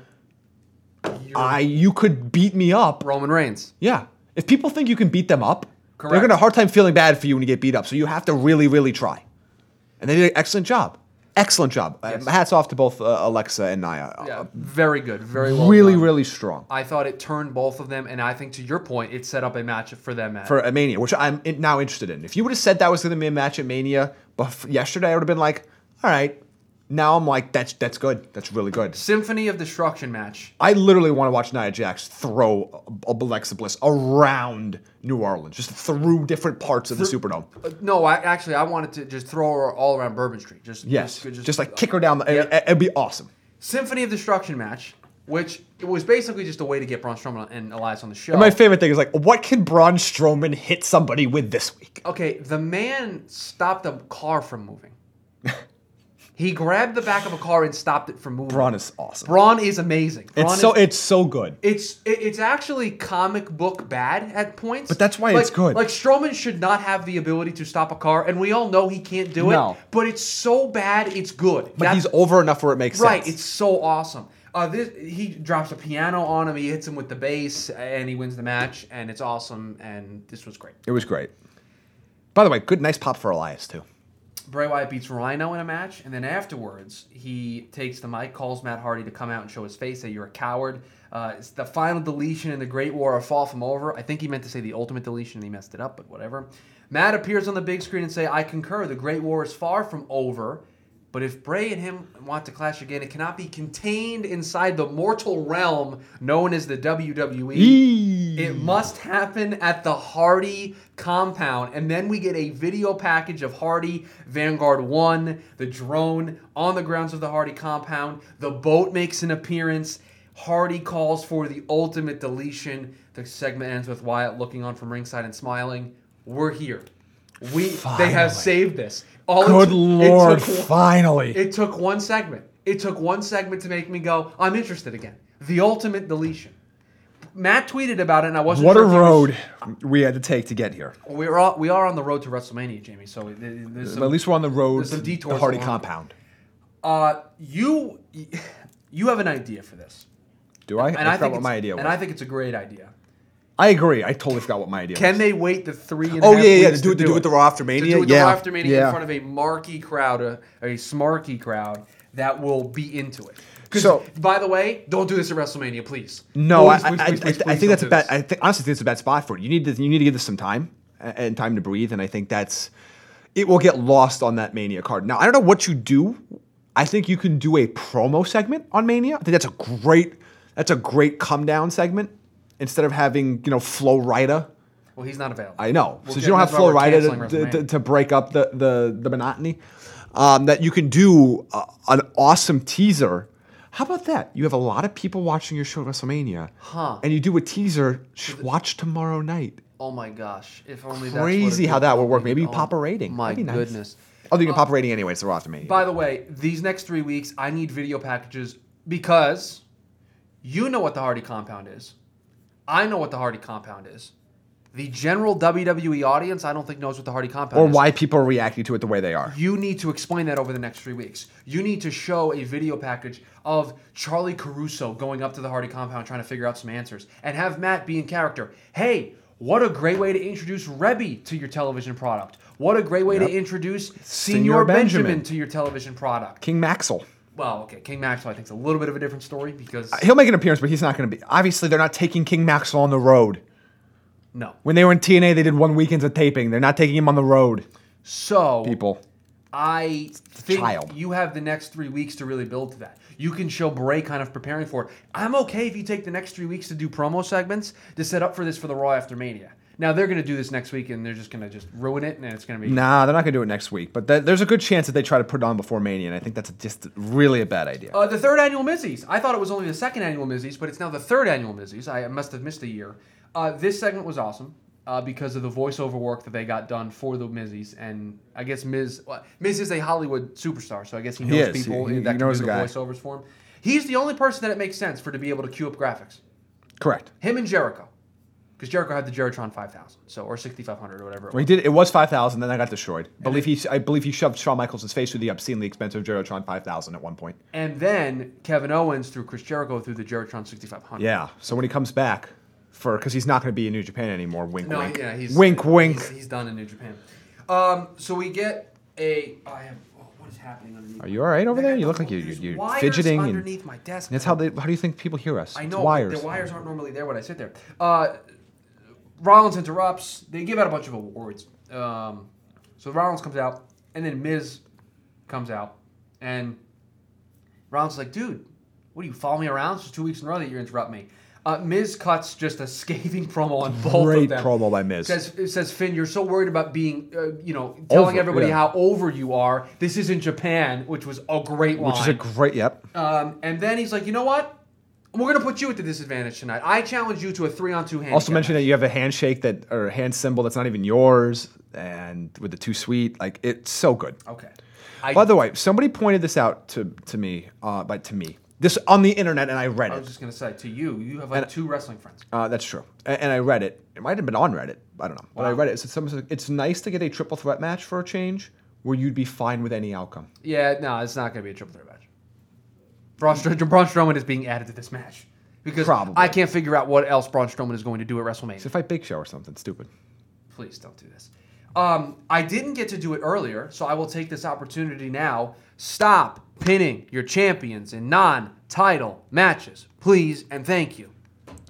S7: I you could beat me up.
S6: next. Roman Reigns.
S7: Yeah, if people think you can beat them up, they're
S6: Correct.
S7: gonna have a hard time feeling bad for you when you get beat up. So you have to really, really try. And they did an excellent job. Excellent job. Uh,
S6: Yes.
S7: hats off to both uh, Alexa and Naya. Uh,
S6: Yeah, very good, very well.
S7: really,
S6: done.
S7: really strong
S6: I thought it turned both of them, and I think to your point, it set up a match for them. At,
S7: for a Mania, which I'm in, now interested in. If you would have said that was going to be a match at Mania bef- yesterday, I would have been like, all right, Now I'm like, that's that's good. That's really good.
S6: Symphony of Destruction match.
S7: I literally want to watch Nia Jax throw Alexa Bliss around New Orleans, just through different parts of the Superdome.
S6: Uh, No, I actually I wanted to just throw her all around Bourbon Street. Just
S7: Yes, just, like kick her down. The,
S6: Yeah.
S7: it, would be awesome.
S6: Symphony of Destruction match, which it was basically just a way to get Braun Strowman and Elias on the show.
S7: And my favorite thing is like, what can Braun Strowman hit somebody with this week?
S6: okay, the man stopped a car from moving. he grabbed the back of a car and stopped it from moving.
S7: Braun is awesome.
S6: Braun is amazing. Braun
S7: it's so
S6: is-
S7: it's so good.
S6: It's it- it's actually comic book bad at points.
S7: But that's why
S6: Like-
S7: it's good.
S6: Like Strowman should not have the ability to stop a car, and we all know he can't do
S7: No.
S6: it. But it's so bad, it's good.
S7: but
S6: That's-
S7: he's over enough where it makes
S6: right.
S7: sense.
S6: It's so awesome. Uh, this he drops a piano on him. He hits him with the bass, and he wins the match, and it's awesome. And this was great.
S7: it was great. By the way, good nice pop for Elias too.
S6: Bray Wyatt beats Rhino in a match, and then afterwards, he takes the mic, calls Matt Hardy to come out and show his face that you're a coward. Uh, it's the final deletion in the Great War of Fall from Over. I think he meant to say the ultimate deletion, and he messed it up, but whatever. Matt appears on the big screen and say, "I concur. The Great War is far from over, but if Bray and him want to clash again, it cannot be contained inside the mortal realm known as the E." WWE." It must happen at the Hardy compound. And then we get a video package of Hardy, Vanguard 1, the drone on the grounds of the Hardy compound. The boat makes an appearance. Hardy calls for the ultimate deletion. The segment ends with Wyatt looking on from ringside and smiling. We're here. We they have saved this. All it
S7: Good
S6: took- it
S7: lord,
S6: took one-
S7: finally.
S6: it took one segment. It took one segment to make me go, I'm interested again. The ultimate deletion. Matt tweeted about it, and I wasn't.
S7: what a
S6: sure if he
S7: road
S6: was-
S7: we had to take to get here.
S6: we are all, we are on the road to WrestleMania, Jamie. So th- th- there's some,
S7: At least we're on the road
S6: there's
S7: to
S6: some
S7: the
S6: detours
S7: Hardy
S6: along.
S7: compound.
S6: Uh, you you have an idea for this,
S7: Do I? I, forgot what
S6: it's-
S7: my idea was.
S6: And I
S7: I,
S6: think it's a great idea.
S7: agree. I totally forgot what my idea
S6: Can
S7: was.
S6: they wait the three? And a
S7: Oh,
S6: half
S7: yeah, yeah,
S6: weeks
S7: to do it- to do it the Raw after Mania?
S6: To do it
S7: Yeah,
S6: the Raw after Mania
S7: yeah.
S6: in front of a marquee crowd, a, a smarky crowd that will be into it. 'Cause,
S7: So-
S6: by the way, don't do this at WrestleMania, please.
S7: No,
S6: Please,
S7: I, I, I,
S6: please, please, please,
S7: I
S6: please don't
S7: think that's a
S6: do
S7: bad.
S6: this.
S7: I th- honestly think it's a bad spot for it. You need to you need to give this some time a- and time to breathe, and I think that's it will get lost on that Mania card. Now I don't know what you do. I think you can do a promo segment on Mania. I think that's a great that's a great come down segment instead of having you know Flo Rida.
S6: Well, he's not available.
S7: I know.
S6: Well,
S7: Since
S6: yeah,
S7: you don't have
S6: that's why
S7: Flo
S6: we're
S7: Rida
S6: canceling
S7: to, to,
S6: WrestleMania.
S7: to break up the the, the monotony, um, that you can do uh, an awesome teaser. How about that? You have a lot of people watching your show at WrestleMania,
S6: Huh.
S7: and you do a teaser. Sh- watch tomorrow night.
S6: Oh my gosh! If only that's what it
S7: Crazy how
S6: would
S7: that would work.
S6: be.
S7: Maybe you
S6: Oh,
S7: pop a rating.
S6: My
S7: That'd be nice.
S6: goodness.
S7: Although you can pop a rating anyway, so we're off to Mania.
S6: By the way, these next three weeks, I need video packages because you know what the Hardy compound is. I know what the Hardy compound is. The general WWE audience, I don't think, knows what the Hardy compound
S7: or
S6: is.
S7: why people are reacting to it the way they are.
S6: You need to explain that over the next three weeks. You need to show a video package of Charlie Caruso going up to the Hardy compound trying to figure out some answers and have Matt be in character. Hey, what a great way to introduce Rebby to your television product. What a great way to
S7: Yep.
S6: introduce Senior,
S7: Senor
S6: Benjamin.
S7: Benjamin.
S6: to your television product.
S7: King Maxwell.
S6: Well, okay, King Maxwell, I think, is a little bit of a different story because
S7: He'll make an appearance, but he's not going to be. Obviously, they're not taking King Maxwell on the road.
S6: no.
S7: When they were in TNA, they did one weekends of taping. They're not taking him on the road.
S6: So
S7: People.
S6: I think
S7: child.
S6: you have the next three weeks to really build to that. You can show Bray kind of preparing for it. I'm okay if you take the next three weeks to do promo segments to set up for this for the Raw after Mania. Now they're going to do this next week and they're just going to just ruin it and it's going to be.
S7: Nah, they're not gonna do it next week. But th- there's a good chance that they try to put it on before Mania, and I think that's just really a bad idea.
S6: Uh, the third annual Mizzies. I thought it was only the second annual Mizzies, but it's now the third annual Mizzies. I must have missed a year. Uh, this segment was awesome uh, because of the voiceover work that they got done for the Mizzies. And I guess Miz, well, Miz is a Hollywood superstar, so I guess he knows
S7: is.
S6: people
S7: He- he
S6: that can
S7: knows
S6: do the
S7: the guy.
S6: voiceovers for him. He's the only person that it makes sense for to be able to cue up graphics.
S7: Correct.
S6: Him and Jericho. Because Jericho had the Jeritron 5000, so or 6500 or whatever. it
S7: Well, he did. It was five thousand. Then I got destroyed. believe he. I believe he shoved Shawn Michaels' face through the obscenely expensive Gerotron five thousand at one point.
S6: And then Kevin Owens through Chris Jericho through the Geritron 6500.
S7: Yeah. So when he comes back, for because he's not gonna be in New Japan anymore. Wink,
S6: No,
S7: wink.
S6: yeah, he's
S7: wink, wink.
S6: He's, he's done in New Japan. Um, so we get a. I am. Oh, what is happening underneath?
S7: Are you all right over
S6: I got
S7: there? You look
S6: the-
S7: like you-
S6: there's
S7: you're
S6: wires
S7: fidgeting and-
S6: underneath my desk.
S7: That's how they. How do you think people hear us?
S6: I
S7: It's
S6: know but
S7: wires.
S6: The wires aren't normally there when I sit there. Uh, Rollins interrupts. They give out a bunch of awards. Um, so Rollins comes out, and then Miz comes out, and Rollins is like, dude, what do you follow me around? It's two weeks in a row that you interrupt me. Uh, Miz cuts just a scathing promo on both
S7: Great
S6: of them.
S7: promo by Miz.
S6: Says, it says Finn, you're so worried about being, uh, you know, telling
S7: Over,
S6: everybody
S7: yeah.
S6: how over you are. This isn't Japan, which was a great line.
S7: which is a great. Yep.
S6: um, and then he's like, you know what? We're gonna put you at the disadvantage tonight. I challenge you to a three-on-two hand.
S7: also mention that you have a handshake that or a hand symbol that's not even yours, and with the two sweet, like it's so good.
S6: Okay. Oh, I,
S7: By the way, somebody pointed this out to to me, uh, but to me this on the internet, and I read
S6: I
S7: it.
S6: was just gonna say to you, you have like two wrestling friends.
S7: Uh, that's true. A- And, I read it. It might have been on Reddit. I don't know. But I read it. So someone said, it's nice to get a triple threat match for a change where you'd be fine with any outcome.
S6: Yeah, no, it's not going to be a triple threat match. Braun, Str- Braun Strowman is being added to this match because
S7: Probably.
S6: I can't figure out what else Braun Strowman is going to do at WrestleMania.
S7: To fight Big Show or something stupid.
S6: Please don't do this. Um, I didn't get to do it earlier, so I will take this opportunity now. Stop pinning your champions in non-title matches, please and thank you.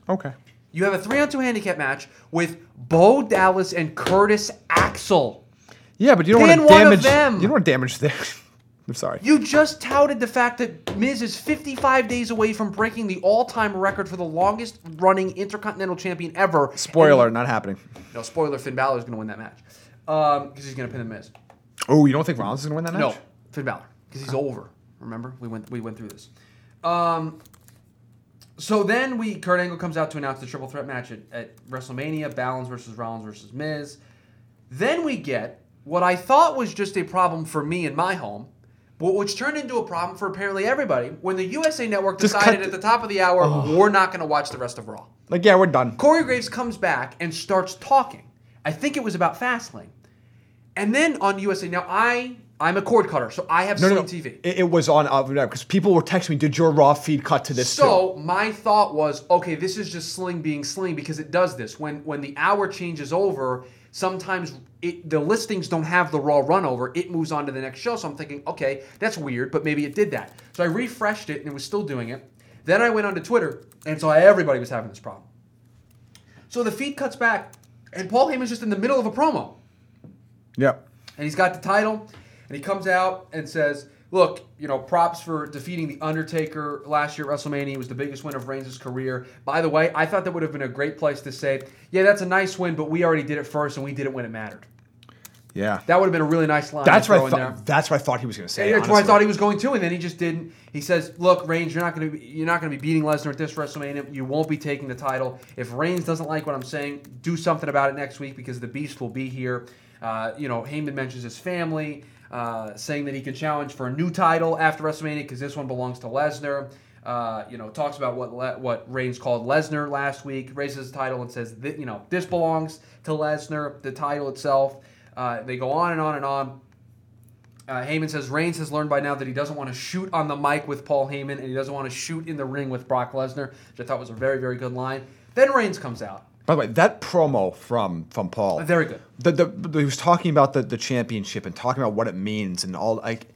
S7: Okay.
S6: You have a three-on-two handicap match with Bo Dallas and Curtis Axel.
S7: Yeah, but you don't
S6: Pin
S7: want to
S6: one
S7: damage.
S6: of them.
S7: You don't want to damage their. I'm sorry.
S6: You just touted the fact that Miz is 55 days away from breaking the all-time record for the longest-running Intercontinental Champion ever.
S7: Spoiler, not happening.
S6: And- no spoiler. Finn Balor is going to win that match because he's going to pin the Miz.
S7: Oh, you don't think Rollins is going to win that Oh.
S6: No,
S7: match?
S6: Finn Balor because he's over. Remember, we went we went through this. Um, so then we Kurt Angle comes out to announce the triple threat match at, at WrestleMania: Balor versus Rollins versus Miz. Then we get what I thought was just a problem for me in my home, but which turned into a problem for apparently everybody when the USA Network
S7: Just cut
S6: decided
S7: the- Oh.
S6: at the top of the hour we're not going to watch the rest of Raw.
S7: Like, yeah, we're done.
S6: Corey Graves comes back and starts talking. I think it was about Fastlane. And then on USA, now I I'm a cord cutter, so I have
S7: No, no,
S6: Sling
S7: no.
S6: TV.
S7: It, it was on because people were texting me, did your Raw feed cut to this? too?"
S6: so my thought was, okay, this is just Sling being Sling because it does this when when the hour changes over. Sometimes it, the listings don't have the raw run over; it moves on to the next show. So I'm thinking, okay, that's weird, but maybe it did that. So I refreshed it and it was still doing it. Then I went onto Twitter and saw everybody was having this problem. So the feed cuts back, and Paul Heyman's just in the middle of a promo.
S7: Yeah.
S6: and he's got the title and he comes out and says look you know props for defeating the undertaker last year at wrestlemania it was the biggest win of reigns' career by the way i thought that would have been a great place to say yeah that's a nice win but we already did it first and we did it when it mattered
S7: Yeah.
S6: that would have been a really nice line
S7: that's
S6: to
S7: what
S6: throw
S7: I
S6: in there.
S7: thought. That's what I thought he was going to say.
S6: Yeah, that's where I
S7: honestly.
S6: thought he was going to, and then he just didn't. He says, "Look, Reigns, you're not going to be, you're not going to be beating Lesnar at this WrestleMania. You won't be taking the title. If Reigns doesn't like what I'm saying, do something about it next week because the Beast will be here." Uh, you know, Heyman mentions his family, uh, saying that he can challenge for a new title after WrestleMania because this one belongs to Lesnar. Uh, you know, talks about what Le- what Reigns called Lesnar last week, raises the title and says, that, you know, this belongs to Lesnar, the title itself. Uh, they go on and on and on. Uh, Heyman says Reigns has learned by now that he doesn't want to shoot on the mic with Paul Heyman and he doesn't want to shoot in the ring with Brock Lesnar, which I thought was a very, very good line. Then Reigns comes out.
S7: By the way, that promo from from Paul.
S6: Uh, Very good.
S7: The, the, the- he was talking about the, the championship and talking about what it means and all like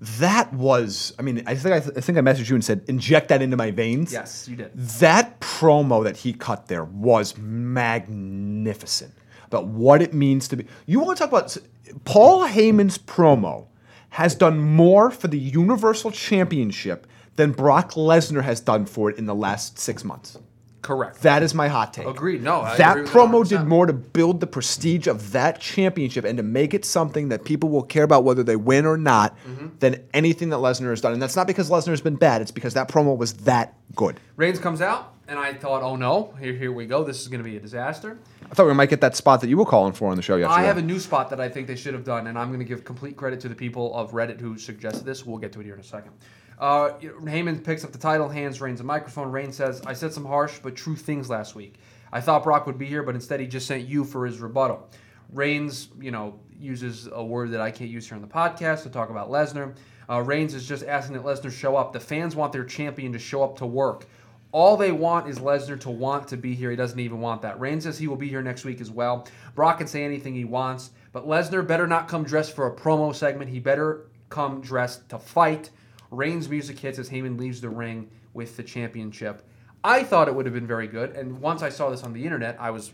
S7: that was. I mean, I think I, I think I messaged you and said inject that into my veins.
S6: Yes, you did.
S7: That promo that he cut there was magnificent about what it means to be. You want to talk about Paul Heyman's promo has done more for the Universal Championship than Brock Lesnar has done for it in the last six months.
S6: Correct.
S7: That is my hot take.
S6: Agreed. No, I
S7: that
S6: agree with you
S7: promo
S6: 100%.
S7: did more to build the prestige of that championship and to make it something that people will care about whether they win or not
S6: Mm-hmm.
S7: than anything that Lesnar has done. And that's not because Lesnar has been bad; it's because that promo was that good.
S6: Reigns comes out, and I thought, oh no, here, here we go. This is going to be a disaster.
S7: I thought we might get that spot that you were calling for on the show yesterday.
S6: I have a new spot that I think they should have done, and I'm going to give complete credit to the people of Reddit who suggested this. We'll get to it here in a second. Uh, Heyman picks up the title, hands Reigns a microphone. Reigns says, I said some harsh but true things last week. I thought Brock would be here, but instead he just sent you for his rebuttal. Reigns, you know, uses a word that I can't use here on the podcast to talk about Lesnar. Uh, Reigns is just asking that Lesnar show up. The fans want their champion to show up to work. All they want is Lesnar to want to be here. He doesn't even want that. Reigns says he will be here next week as well. Brock can say anything he wants, but Lesnar better not come dressed for a promo segment. He better come dressed to fight. Reigns' music hits as Heyman leaves the ring with the championship. I thought it would have been very good, and once I saw this on the internet, I was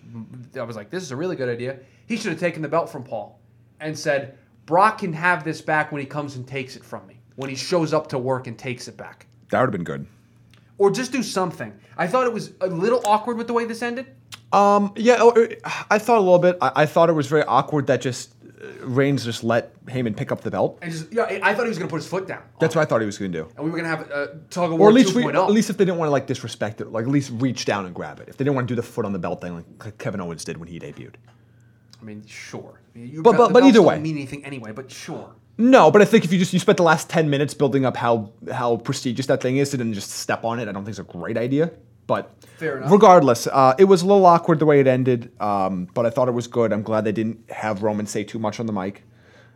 S6: I was like, this is a really good idea. He should have taken the belt from Paul and said, Brock can have this back when he comes and takes it from me. when he shows up to work and takes it back.
S7: That would have been good.
S6: Or just do something. I thought it was a little awkward with the way this ended.
S7: Um, yeah, oh, er, I thought a little bit. I, I thought it was very awkward that just uh, Reigns just let Heyman pick up the belt.
S6: And just, yeah, I I thought he was going to put his foot down.
S7: That's what I thought he was going to do.
S6: and we were going to have a tug of
S7: Or
S6: war oh.
S7: at least, re-
S6: 2.0.
S7: at least if they didn't want to like disrespect it, like at least reach down and grab it. If they didn't want to do the foot on the belt thing, like Kevin Owens did when he debuted.
S6: I mean, sure. You-
S7: But-
S6: the
S7: but- but
S6: belts
S7: either
S6: don't
S7: way.
S6: mean anything anyway. But sure.
S7: No, but I think if you just you spent the last ten minutes building up how how prestigious that thing is, and then just step on it, I don't think it's a great idea. But
S6: Fair enough.
S7: regardless, uh, it was a little awkward the way it ended, um, but I thought it was good. I'm glad they didn't have Roman say too much on the mic.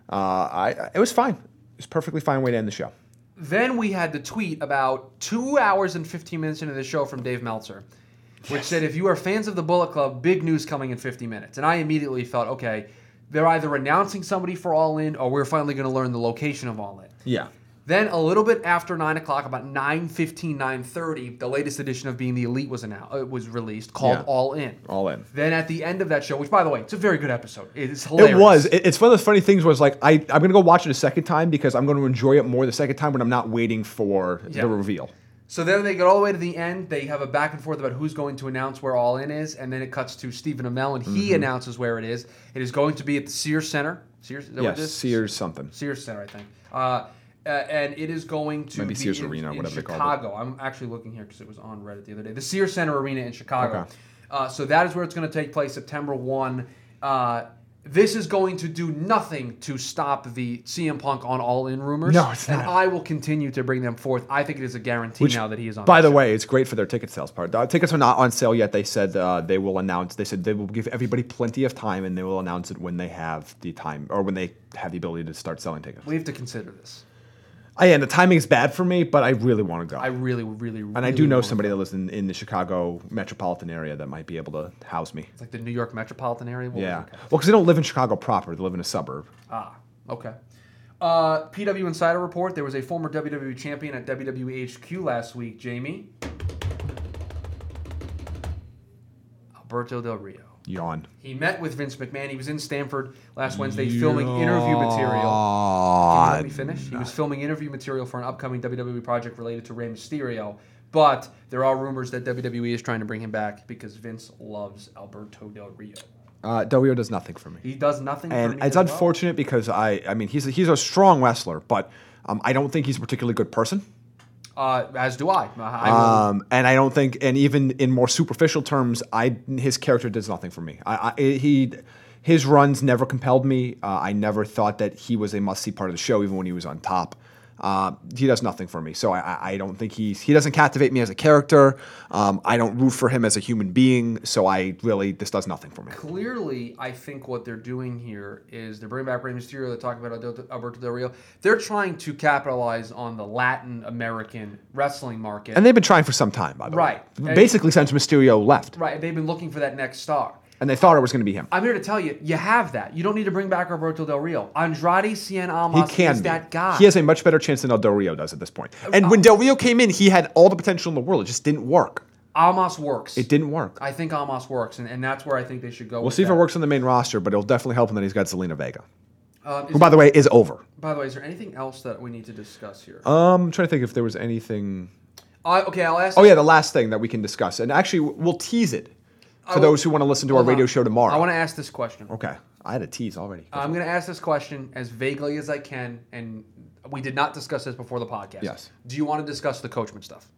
S7: Uh, I I- it was fine. It was a perfectly fine way to end the show.
S6: Then we had the tweet about two hours and 15 minutes into the show from Dave Meltzer, which said, if you are fans of the Bullet Club, big news coming in 50 minutes. And I immediately felt, okay, they're either announcing somebody for All In or we're finally going to learn the location of All In.
S7: Yeah.
S6: Then a little bit after 9 o'clock, about 9.15, 9.30, the latest edition of Being the Elite was, announced, uh, was released called
S7: Yeah.
S6: All In.
S7: All In.
S6: Then at the end of that show, which, by the way, it's a very good episode. It's hilarious.
S7: It was. It- it's one of those funny things. Was like I I'm gonna go watch it a second time because I'm gonna enjoy it more the second time when I'm not waiting for
S6: Yeah.
S7: the reveal.
S6: So then they get all the way to the end. They have a back and forth about who's going to announce where All In is, and then it cuts to Stephen Amell, and
S7: Mm-hmm.
S6: he announces where it is. It is going to be at the Sears Center. Sears, is that what
S7: Yes,
S6: it is?
S7: Sears something.
S6: Sears Center, I think. Uh, uh, and it is going to
S7: Might be
S6: be
S7: Sears
S6: in-
S7: Arena or
S6: in
S7: whatever they call it.
S6: Chicago. I'm actually looking here because it was on Reddit the other day. The Sears Center Arena in Chicago.
S7: Okay.
S6: Uh, so that is where it's going to take place, September one. Uh, this is going to do nothing to stop the CM Punk on All In rumors.
S7: No, it's
S6: And
S7: not.
S6: I will continue to bring them forth. I think it is a guarantee now that he is on.
S7: By
S6: that
S7: the
S6: show.
S7: way, it's great for their ticket sales part. The tickets are not on sale yet. They said uh, they will announce. They said they will give everybody plenty of time, and they will announce it when they have the time or when they have the ability to start selling tickets.
S6: we have to consider this.
S7: I and the timing is bad for me, but I really want to go.
S6: I really, really,
S7: and I do know somebody that lives in, in the Chicago metropolitan area that might be able to house me.
S6: like the New York metropolitan area. Well,
S7: Yeah,
S6: okay.
S7: well, because they don't live in Chicago proper; they live in a suburb.
S6: Ah, okay. Uh, PW Insider report: There was a former WWE champion at WWE HQ last week, Jamie Alberto Del Rio.
S7: Yawn.
S6: He met with Vince McMahon. He was in Stanford last Wednesday filming interview material. Can you let me
S7: Yawn.
S6: finish? He was filming interview material for an upcoming WWE project related to Rey Mysterio, but there are rumors that WWE is trying to bring him back because Vince loves Alberto Del Rio.
S7: Uh, Del Rio does nothing for me.
S6: He does nothing. for
S7: and
S6: me
S7: it's
S6: as well.
S7: unfortunate because I, I mean, he's a, he's a strong wrestler, but um, I don't think he's a particularly good person.
S6: Uh, as do I. I will
S7: Um, and I don't think, and even in more superficial terms, I his character does nothing for me. I, I he his runs never compelled me. Uh, I never thought that he was a must see part of the show, even when he was on top. Uh, he does nothing for me, so I- I, I don't think he's he doesn't captivate me as a character. Um, I don't root for him as a human being, so I really this does nothing for me.
S6: clearly, I think what they're doing here is they're bringing back Rey Mysterio. They're talking about Aldo- Alberto Del Rio. They're trying to capitalize on the Latin American wrestling market.
S7: And they've been trying for some time, by the
S6: Right.
S7: way.
S6: And-
S7: Basically, since Mysterio left,
S6: right, they've been looking for that next star.
S7: and they thought it was going to be him.
S6: I'm here to tell you, you have that. You don't need to bring back Alberto Del Rio. Andrade Cien Almas is
S7: be.
S6: that guy. Uh,
S7: He has a much better chance than El Del Rio does at this point. And when Del Rio came in, he had all the potential in the world. It just didn't work.
S6: Almas works.
S7: It didn't work.
S6: I think Almas works, and, and that's where I think they should go.
S7: We'll see if it works on the main roster, but it'll definitely help him that he's got Zelina Vega,
S6: Um, is-
S7: who, by the way, is over.
S6: by the way, is there anything else that we need to discuss here?
S7: Um, I'm trying to think if there was anything.
S6: Uh, okay, I'll ask.
S7: Oh yeah, the last thing that we can discuss, and actually we'll tease it for
S6: will-
S7: those who want to listen to our
S6: Hold on.
S7: radio show tomorrow.
S6: I want to ask this question.
S7: Okay, I had a tease already.
S6: Uh, I'm going to ask this question as vaguely as I can, and we did not discuss this before the podcast.
S7: Yes.
S6: Do you want to discuss the coachman stuff,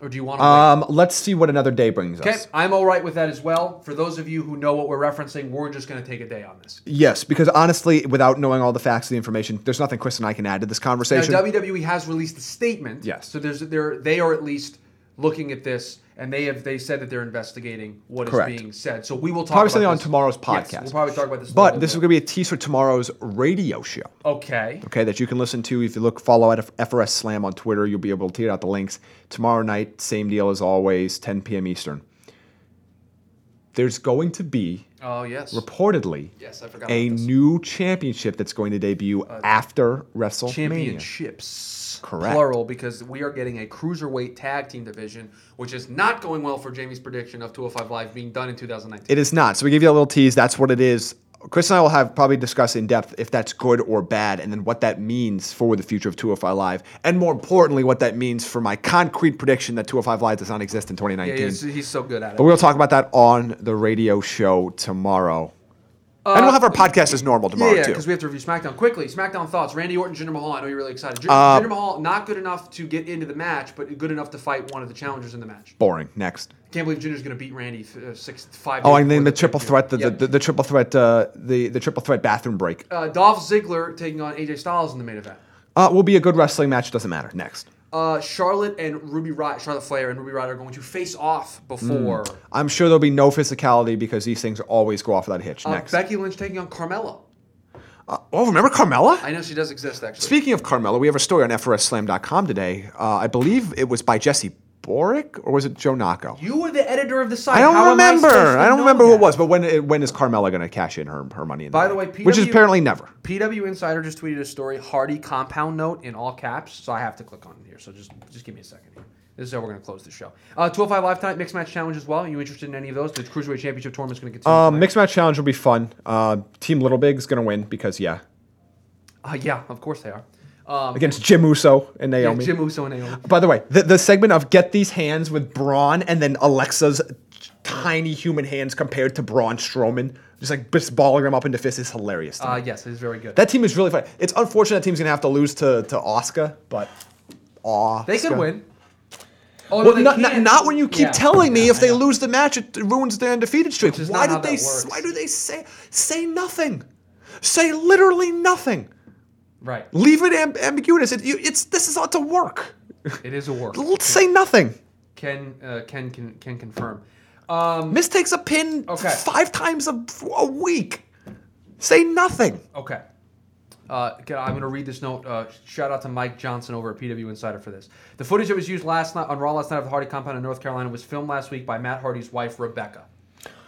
S6: or do you want to?
S7: um, let's see what another day brings
S6: wait?
S7: us.
S6: Okay, I'm all right with that as well. For those of you who know what we're referencing, we're just going to take a day on this.
S7: Yes, because honestly, without knowing all the facts and the information, there's nothing Chris and I can add to this
S6: Now,
S7: conversation.
S6: WWE has released a statement.
S7: Yes.
S6: So there's they're they are at least looking at this, and they have they said that they're investigating what is
S7: Correct.
S6: being said. So we will talk
S7: probably
S6: about
S7: something on
S6: this.
S7: tomorrow's
S6: Yes,
S7: podcast.
S6: we'll probably talk about this. a
S7: But
S6: little
S7: this is
S6: bit.
S7: going to be a tease for tomorrow's radio show.
S6: okay.
S7: Okay, that you can listen to if you look follow at F- FRS Slam on Twitter. You'll be able to tear out the links tomorrow night. Same deal as always, 10 p.m. Eastern. There's going to be
S6: Oh yes.
S7: reportedly
S6: Yes, I forgot
S7: a
S6: about this. Uh,
S7: new championship that's going to debut after WrestleMania.
S6: championships.
S7: Correct.
S6: Plural, because we are getting a cruiserweight tag team division, which is not going well for Jamie's prediction of 205 Live being done in 2019.
S7: It is not. So we give you a little tease. That's what it is. Chris and I will have probably discuss in depth if that's good or bad, and then what that means for the future of 205 Live, and more importantly, what that means for my concrete prediction that 205 Live does not exist in 2019.
S6: he's, he's so good at
S7: But
S6: it.
S7: we'll talk about that on the radio show tomorrow. and we'll have our podcast as normal tomorrow,
S6: Uh, Yeah,
S7: too.
S6: because we have to review SmackDown quickly. SmackDown thoughts: Randy Orton, Jinder Mahal. I know you're really excited. Jinder,
S7: Uh,
S6: Jinder Mahal not good enough to get into the match, but good enough to fight one of the challengers in the match.
S7: Boring. Next.
S6: Can't believe Jinder's going to beat Randy th- uh, six five.
S7: Oh,
S6: days
S7: and then
S6: before
S7: the triple
S6: pay-per-view.
S7: threat, the,
S6: Yeah.
S7: the, the, triple threat, uh, the, the triple threat bathroom break.
S6: uh, Dolph Ziggler taking on AJ Styles in the main event.
S7: Uh, will be a good wrestling match. Doesn't matter. Next.
S6: Uh, Charlotte and Ruby Riot, Charlotte Flair and Ruby Riot are going to face off before
S7: I'm sure there'll be no physicality because these things always go off without a hitch.
S6: uh,
S7: Next.
S6: Becky Lynch taking on Carmella.
S7: oh, remember Carmella?
S6: I know she does exist actually.
S7: Speaking of Carmella, we have a story on FRSSlam.com today. Uh, I believe it was by Jesse Boric or was it Joe Naco?
S6: you were the editor of the site.
S7: I don't
S6: How am
S7: remember.
S6: supposed to
S7: I, don't
S6: know
S7: remember who it
S6: that?
S7: was. But when it- when is Carmella going to cash in her her money? In
S6: By
S7: the
S6: the way,
S7: bank? which is
S6: PW
S7: apparently never.
S6: PW Insider just tweeted a story, Hardy compound note in all caps, so I have to click on it here. So just just give me a second here. This is how we're going to close the show. Uh, 205 Live tonight, mixed match challenge as well. Are you interested in any of those? The Cruiserweight Championship tournament's going to continue.
S7: Um,
S6: tonight.
S7: mixed match challenge will be fun. Uh, Team Little Big's going to win because yeah,
S6: Uh, yeah, of course they are. Um,
S7: against Jim Uso and
S6: yeah,
S7: Naomi.
S6: Jim Uso and Naomi.
S7: By the way, the, the segment of get these hands with Braun and then Alexa's tiny human hands compared to Braun Strowman, just like just balling them up into fists is hilarious. to me.
S6: Uh, yes, it is very good.
S7: that team is really fun. It's unfortunate that team's going to have to lose to to Oscar, but aw,
S6: they could win. Oh, no,
S7: Well,
S6: they
S7: not, not,
S6: can't.
S7: not when you keep
S6: Yeah.
S7: telling me
S6: Yeah,
S7: if they
S6: I know.
S7: lose the match, it ruins their undefeated streak.
S6: Which is
S7: Why
S6: not how
S7: did they?
S6: that
S7: s-
S6: works.
S7: Why do they say say nothing? Say literally nothing.
S6: Right.
S7: Leave it amb- ambiguous. It, you, it's this is ought to work.
S6: It is a work.
S7: L- Say nothing.
S6: Ken, uh, Ken can, can confirm. Um,
S7: Miss takes a pin
S6: Okay.
S7: five times a, a week. Say nothing.
S6: Okay. Uh, okay, I'm going to read this note. Uh, shout out to Mike Johnson over at PW Insider for this. The footage that was used last night on Raw last night of the Hardy compound in North Carolina was filmed last week by Matt Hardy's wife Rebecca.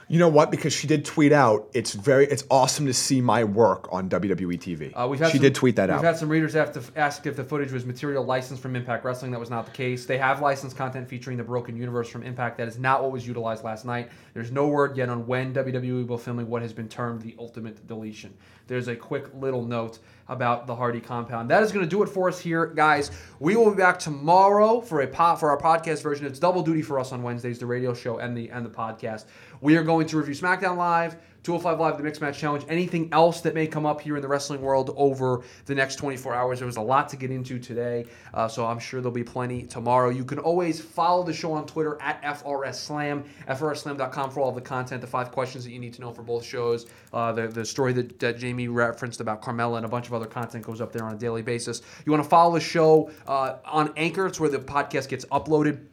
S7: You know what? Because she did tweet out. It's very. It's awesome to see my work on WWE TV.
S6: Uh, we've had
S7: she
S6: some-
S7: did tweet that
S6: we've
S7: out.
S6: had some readers have to f- ask if the footage was material licensed from Impact Wrestling. That was not the case. They have licensed content featuring the Broken Universe from Impact. That is not what was utilized last night. There's no word yet on when WWE will filming what has been termed the ultimate deletion. There's a quick little note about the Hardy compound. That is going to do it for us here, guys. We will be back tomorrow for a pot for our podcast version. It's double duty for us on Wednesdays, the radio show and the and the podcast. We are going to review SmackDown Live. 205 Live, the Mixed Match Challenge, anything else that may come up here in the wrestling world over the next 24 hours. There was a lot to get into today, uh, so I'm sure there'll be plenty tomorrow. You can always follow the show on Twitter at FRSSlam, FRSSlam.com for all of the content, the five questions that you need to know for both shows, uh, the, the story that, that Jamie referenced about Carmella, and a bunch of other content goes up there on a daily basis. You want to follow the show uh, on Anchor, it's where the podcast gets uploaded.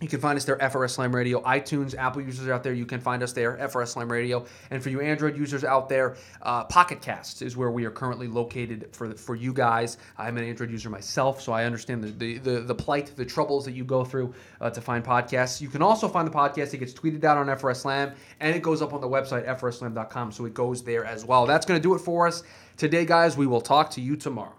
S6: You can find us there, FRS Slam Radio. iTunes, Apple users out there, you can find us there, FRS Slam Radio. And for you Android users out there, uh, Pocket Casts is where we are currently located for for you guys. I'm an Android user myself, so I understand the the, the, the plight, the troubles that you go through uh, to find podcasts. You can also find the podcast. It gets tweeted out on FRS Slam, and it goes up on the website, FRSSlam.com, so it goes there as well. That's going to do it for us today, guys. We will talk to you tomorrow.